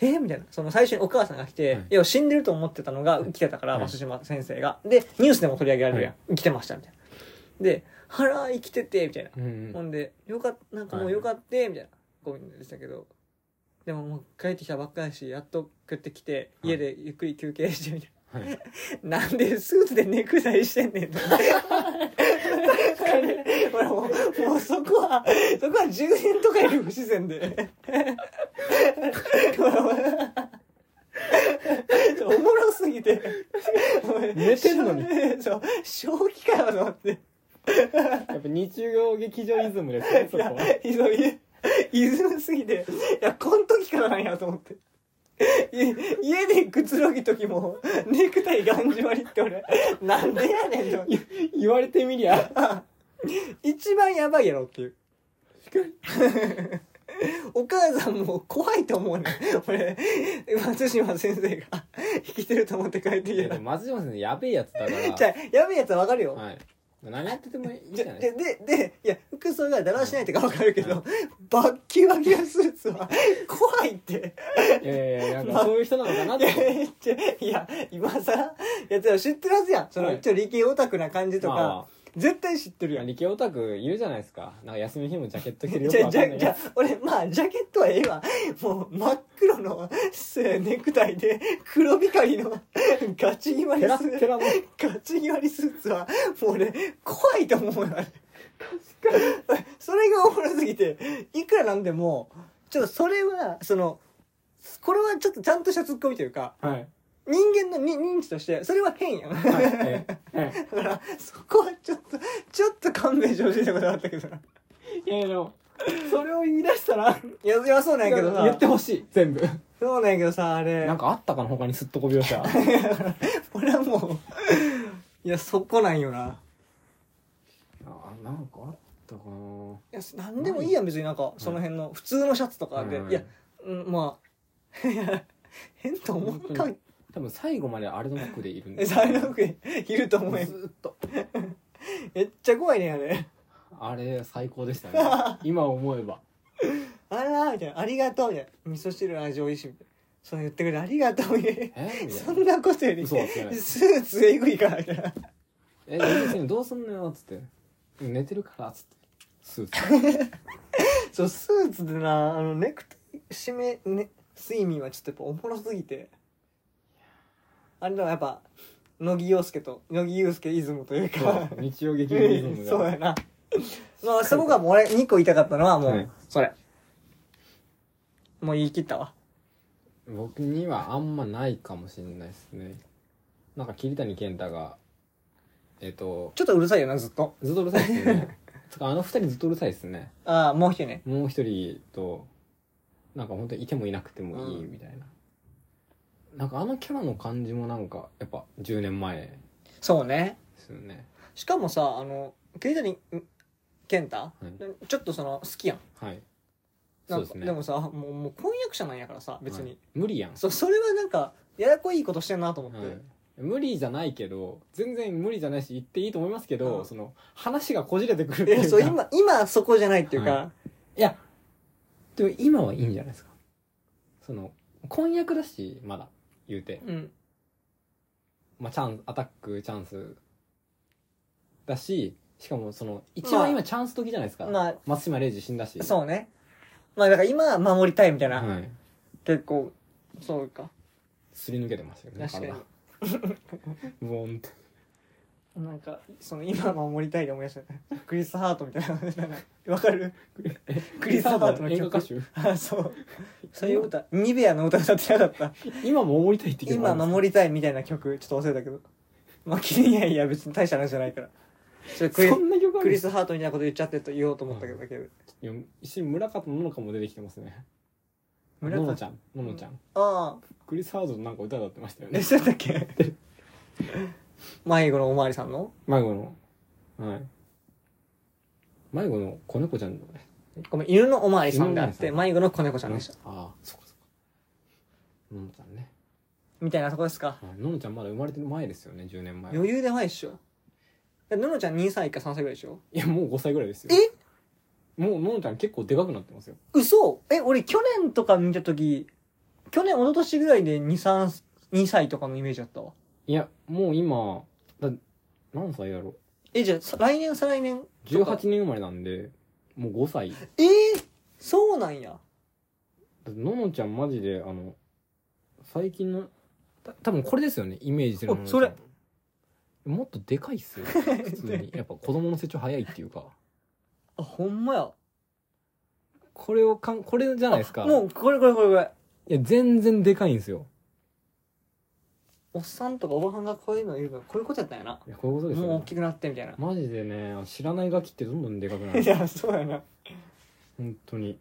[SPEAKER 1] えー、みたいな。その最初にお母さんが来て、
[SPEAKER 2] はい
[SPEAKER 1] い、や、死んでると思ってたのが生きてたから、
[SPEAKER 2] はい
[SPEAKER 1] 増島先生が。で、ニュースでも取り上げられるやん。
[SPEAKER 2] は
[SPEAKER 1] 生きてました、みたいな。で、あら、生きてて、みたいな。
[SPEAKER 2] うんうん
[SPEAKER 1] ほんで、よかった、なんかもうよかった、みたいな、ごみでしたけど、でももう帰ってきたばっかりやし、やっと帰ってきて、
[SPEAKER 2] はい
[SPEAKER 1] 家でゆっくり休憩して、みたい
[SPEAKER 2] はい
[SPEAKER 1] な。なんでスーツでネクタイしてんねんと。ほらもう、もうそこは、そこは10年とかより不自然で。ほらほらおもろすぎて。
[SPEAKER 2] 寝てんのに。
[SPEAKER 1] そう、正気かよと思って。
[SPEAKER 2] やっぱ日曜劇場イズムですね、そ
[SPEAKER 1] い
[SPEAKER 2] こ
[SPEAKER 1] や
[SPEAKER 2] は。、
[SPEAKER 1] いやいやいずすぎて、いや、こん時からなんやと思って。い家でくつろぎ時も、ネクタイがんじわりって俺、なんでやねんと思って。
[SPEAKER 2] 言われてみりゃ。
[SPEAKER 1] 一番やばいやろっていう。お母さんも怖いと思うね。俺、松島先生が生きてると思って帰ってき
[SPEAKER 2] いや、で
[SPEAKER 1] た
[SPEAKER 2] も。松島先生やべえやつだから。
[SPEAKER 1] じゃあやべえやつはわかるよ。
[SPEAKER 2] はい。何やっててもいいじ
[SPEAKER 1] で
[SPEAKER 2] ゃ [laughs] ないです
[SPEAKER 1] でででいや服装がだらしないとかわかるけど、バッキバキのスーツは怖いって
[SPEAKER 2] か。いやいやいや、なんかそういう人なのかなっ
[SPEAKER 1] いや
[SPEAKER 2] て。
[SPEAKER 1] いやいや今さらいやでも知ってるはずやんその、
[SPEAKER 2] はい
[SPEAKER 1] ちょっと理系オタクな感じとか、
[SPEAKER 2] まあま
[SPEAKER 1] 絶対知ってる
[SPEAKER 2] あ、
[SPEAKER 1] やん
[SPEAKER 2] 理系オタクいるじゃないですか。なんか休み日もジャケット着るよ
[SPEAKER 1] じ
[SPEAKER 2] く
[SPEAKER 1] ゃ
[SPEAKER 2] わ
[SPEAKER 1] じ
[SPEAKER 2] かんな
[SPEAKER 1] ゃ
[SPEAKER 2] い
[SPEAKER 1] じ
[SPEAKER 2] や
[SPEAKER 1] ゃ俺まあジャケットはええわもう真っ黒のせネクタイで黒光りのガチ決ま
[SPEAKER 2] つ。
[SPEAKER 1] り
[SPEAKER 2] ペラ
[SPEAKER 1] ス
[SPEAKER 2] ッ
[SPEAKER 1] ー
[SPEAKER 2] ペ
[SPEAKER 1] ツ
[SPEAKER 2] ラの。
[SPEAKER 1] ガチ決まりスーツはもう俺怖いと思うよあれ [laughs] それがおもろすぎていくらなんでもちょっとそれはそのこれはちょっとちゃんとしたツッコミというか
[SPEAKER 2] はい。
[SPEAKER 1] 人間のに認知としてそれは変やん
[SPEAKER 2] はいえええ
[SPEAKER 1] だからそこはちょっとちょっと勘弁してほしいってことがあったけどな
[SPEAKER 2] えいやいや、でもそれを言い出したら、
[SPEAKER 1] いやいやそうなんやけど
[SPEAKER 2] 言
[SPEAKER 1] さ
[SPEAKER 2] ってほしい。全部。
[SPEAKER 1] そうなんやけどさあれ
[SPEAKER 2] なんかあったかな、他にすっとこ描写。
[SPEAKER 1] 俺はもういやそこなんよな
[SPEAKER 2] あなんかあったかない
[SPEAKER 1] や何でもいいやん別になんかその辺の普通のシャツとかで、
[SPEAKER 2] うん
[SPEAKER 1] いや、うん、まあいや [laughs] 変と思うか
[SPEAKER 2] 多分最後まであれの服でいるん
[SPEAKER 1] [laughs] え
[SPEAKER 2] です
[SPEAKER 1] サイドクいると思うよ
[SPEAKER 2] ずーっと
[SPEAKER 1] めっちゃ怖いねんあれ
[SPEAKER 2] あれ最高でしたね [laughs] 今思えば
[SPEAKER 1] あらーみたいなありがとうみたいな味噌汁の味おいしいみたいなそう言ってくれてありがとうみたいな
[SPEAKER 2] えみた
[SPEAKER 1] そ
[SPEAKER 2] いなん
[SPEAKER 1] なことよりス
[SPEAKER 2] 嘘はつけない
[SPEAKER 1] ーツえぐいからみたいな
[SPEAKER 2] え全然どうすんのよっつって寝てるからっつってスー
[SPEAKER 1] [laughs]
[SPEAKER 2] ツ
[SPEAKER 1] そうスーツでなあのネクタイ締め、ね、睡眠はちょっとやっぱおもろすぎてあれでもやっぱ乃木陽介と乃木陽介イズムというか
[SPEAKER 2] そう日曜劇場リズムが
[SPEAKER 1] そうやなまあそこがもう俺2個言いたかったのはもう、
[SPEAKER 2] はい
[SPEAKER 1] それもう言い切ったわ
[SPEAKER 2] 僕にはあんまないかもしれないですねなんか桐谷健太がえっ、と
[SPEAKER 1] ちょっとうるさいよなずっと
[SPEAKER 2] ずっとうるさいで
[SPEAKER 1] [laughs]
[SPEAKER 2] すねつかあの二人ずっとうるさいですね
[SPEAKER 1] ああもう一人ね
[SPEAKER 2] もう一人と、なんか本当にいてもいなくてもいいみたいな。なんかあのキャラの感じもなんか、やっぱ10年前で
[SPEAKER 1] そうね
[SPEAKER 2] すよね。
[SPEAKER 1] しかもさあの桐谷健太、ちょっとその好きやん
[SPEAKER 2] はい。
[SPEAKER 1] な
[SPEAKER 2] そ
[SPEAKER 1] ん
[SPEAKER 2] う
[SPEAKER 1] か
[SPEAKER 2] ですね。
[SPEAKER 1] もさもうもう婚約者なんやからさ別に、
[SPEAKER 2] はい無理やん。
[SPEAKER 1] そうそれはなんかややこいいことしてんなと思って、
[SPEAKER 2] はい無理じゃないけど、全然無理じゃないし、言っていいと思いますけど、
[SPEAKER 1] うん
[SPEAKER 2] その、話がこじれてくるって
[SPEAKER 1] い
[SPEAKER 2] いう
[SPEAKER 1] や
[SPEAKER 2] か。
[SPEAKER 1] そう
[SPEAKER 2] [laughs]
[SPEAKER 1] 今今そこじゃないっていうか、
[SPEAKER 2] はでも今はいいんじゃないですか。その、婚約だし、まだ、言うて。
[SPEAKER 1] うん
[SPEAKER 2] まあ、チャンス、アタックチャンスだし、しかもその、一番
[SPEAKER 1] ま
[SPEAKER 2] 今チャンス時じゃないですか。
[SPEAKER 1] まあ
[SPEAKER 2] 松島0時死んだし。
[SPEAKER 1] そうねまあだから今は守りたいみたいな、
[SPEAKER 2] はい。
[SPEAKER 1] 結構そうか
[SPEAKER 2] すり抜けてましたよね
[SPEAKER 1] 確かに [laughs]
[SPEAKER 2] 体ブオンって
[SPEAKER 1] なんかその今守りたいで思い出したねクリス・ハートみたいななんかわかるクリス・ハートの
[SPEAKER 2] 映画
[SPEAKER 1] 曲
[SPEAKER 2] 歌手
[SPEAKER 1] あそうそういう歌ニベアの歌歌ってなかった
[SPEAKER 2] 今も守りたいって曲
[SPEAKER 1] 今
[SPEAKER 2] り
[SPEAKER 1] 守りたいみたいな曲ちょっと忘れたけどまあ切りないや別に大した話じゃないからちょっとクリ
[SPEAKER 2] そんな曲あ
[SPEAKER 1] クリ
[SPEAKER 2] る
[SPEAKER 1] ス・ハートみたいなこと言っちゃってと言おうと思ったけどだけど
[SPEAKER 2] いや一瞬村方ののかも出てきてますねの
[SPEAKER 1] 村
[SPEAKER 2] の
[SPEAKER 1] 上
[SPEAKER 2] ちゃんののちゃん
[SPEAKER 1] ああ
[SPEAKER 2] クリス・ハートなんか歌歌ってましたよ
[SPEAKER 1] え
[SPEAKER 2] ね
[SPEAKER 1] そうだっけ
[SPEAKER 2] [laughs]
[SPEAKER 1] 迷子のおまわりさんの
[SPEAKER 2] 迷子のはい迷子の子猫ちゃんの
[SPEAKER 1] ごめん犬のおまわりさんであっ
[SPEAKER 2] 犬
[SPEAKER 1] て
[SPEAKER 2] のおま
[SPEAKER 1] 迷子の子猫ちゃん
[SPEAKER 2] あ
[SPEAKER 1] でした
[SPEAKER 2] あそっかそっかののちゃんね
[SPEAKER 1] みたいなとこですか
[SPEAKER 2] はいののちゃんまだ生まれてる前ですよね10年前
[SPEAKER 1] 余裕でないっしょえののちゃん2歳か3歳ぐらいでしょ
[SPEAKER 2] いやもう5歳ぐらいですよ
[SPEAKER 1] え
[SPEAKER 2] もうののちゃん結構でかくなってますよ
[SPEAKER 1] 嘘え俺去年とか見た時去年一昨年ぐらいで23 2歳とかのイメージだったわ
[SPEAKER 2] いやもう今だ何歳やろ
[SPEAKER 1] えじゃあさ来年再来年とか
[SPEAKER 2] 18年生まれなんでもう5歳だ
[SPEAKER 1] えー、そうなんや
[SPEAKER 2] ののちゃんマジであの最近のた多分これですよねイメージするのの
[SPEAKER 1] お
[SPEAKER 2] ちゃん
[SPEAKER 1] それ
[SPEAKER 2] もっとでかいっ
[SPEAKER 1] [laughs]
[SPEAKER 2] すよ普通にやっぱ子供の成長早いっていうか
[SPEAKER 1] あほんまや
[SPEAKER 2] これをかんこれじゃないですか
[SPEAKER 1] もうこれこれこれこれ
[SPEAKER 2] いや全然でかいんですよ
[SPEAKER 1] おっさんとかおばはんがこういうの言うからこういうことやったんやない
[SPEAKER 2] やこういうことですよ、ね、
[SPEAKER 1] もう大きくなってみたいな
[SPEAKER 2] マジでね知らないガキってどんどんでかくな
[SPEAKER 1] [laughs] い
[SPEAKER 2] る
[SPEAKER 1] やそうやな
[SPEAKER 2] 本当に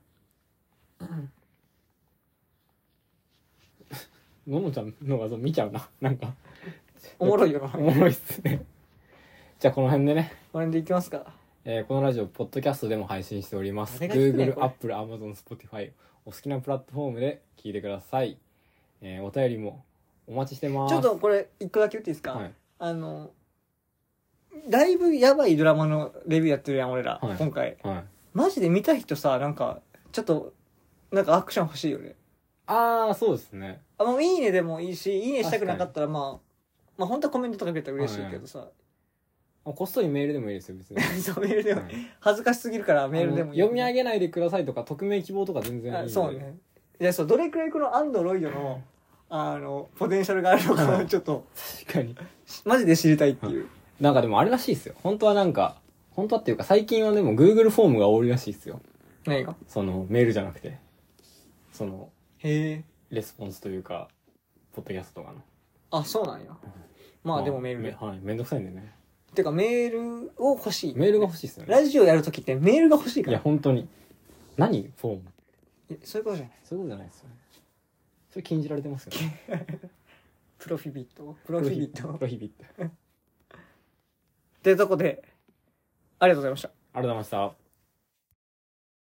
[SPEAKER 2] [laughs] ののちゃんの画像見ちゃうななんか
[SPEAKER 1] おもろいよな
[SPEAKER 2] おもろいっすねじゃあこの辺でね、
[SPEAKER 1] これでいきますか
[SPEAKER 2] えーこのラジオポッドキャストでも配信しております
[SPEAKER 1] 誰が聞くねん
[SPEAKER 2] Google
[SPEAKER 1] これ
[SPEAKER 2] Apple Amazon Spotify お好きなプラットフォームで聞いてください、えーお便りもお待ちしてます
[SPEAKER 1] ちょっとこれ一個だけ言っていいですか、
[SPEAKER 2] はい
[SPEAKER 1] あのだいぶやばいドラマのレビューやってるやん俺ら、
[SPEAKER 2] はい
[SPEAKER 1] 今回
[SPEAKER 2] はい
[SPEAKER 1] マジで見たい人さなんかちょっとなんかアクション欲しいよね
[SPEAKER 2] ああそうですね
[SPEAKER 1] あもういいねでもいいしいいねしたくなかったらまあまあ本当はコメントとかくれたら嬉しいけどさ、
[SPEAKER 2] あこっそりメールでもいいですよ
[SPEAKER 1] [laughs]
[SPEAKER 2] 別に、
[SPEAKER 1] そうメールでも、
[SPEAKER 2] はい
[SPEAKER 1] 恥ずかしすぎるからメールでもいい
[SPEAKER 2] あの読み上げないでくださいとか匿名希望とか全然いいん
[SPEAKER 1] あ
[SPEAKER 2] で
[SPEAKER 1] そうねいやそうどれくらいこのアンドロイドのあのポテンシャルがあるのか
[SPEAKER 2] は
[SPEAKER 1] を
[SPEAKER 2] い
[SPEAKER 1] ちょっと
[SPEAKER 2] 確かに
[SPEAKER 1] マジで知りたいっていう
[SPEAKER 2] なんかでもあれらしいですよ本当はなんか本当はっていうか最近はでも Google フォームが多いらしいですよ
[SPEAKER 1] 何が
[SPEAKER 2] そのメールじゃなくてその
[SPEAKER 1] へえ
[SPEAKER 2] レスポンスというかポッドキャストとかの
[SPEAKER 1] あそうなんやまあでもメールで
[SPEAKER 2] めはいめんどくさいんでね
[SPEAKER 1] てかメールを欲しい
[SPEAKER 2] メールが欲しいですよね
[SPEAKER 1] ラジオやる時ってメールが欲しいか
[SPEAKER 2] いや
[SPEAKER 1] ら
[SPEAKER 2] 本当に何フォーム
[SPEAKER 1] いやそういうことじゃない
[SPEAKER 2] そういうことじゃないですよねそれ禁じられてますよね
[SPEAKER 1] プロフィビットプロフィビッ
[SPEAKER 2] [laughs]
[SPEAKER 1] ト
[SPEAKER 2] プロヒビットあり
[SPEAKER 1] ってとこでありがとうございました
[SPEAKER 2] がとうございました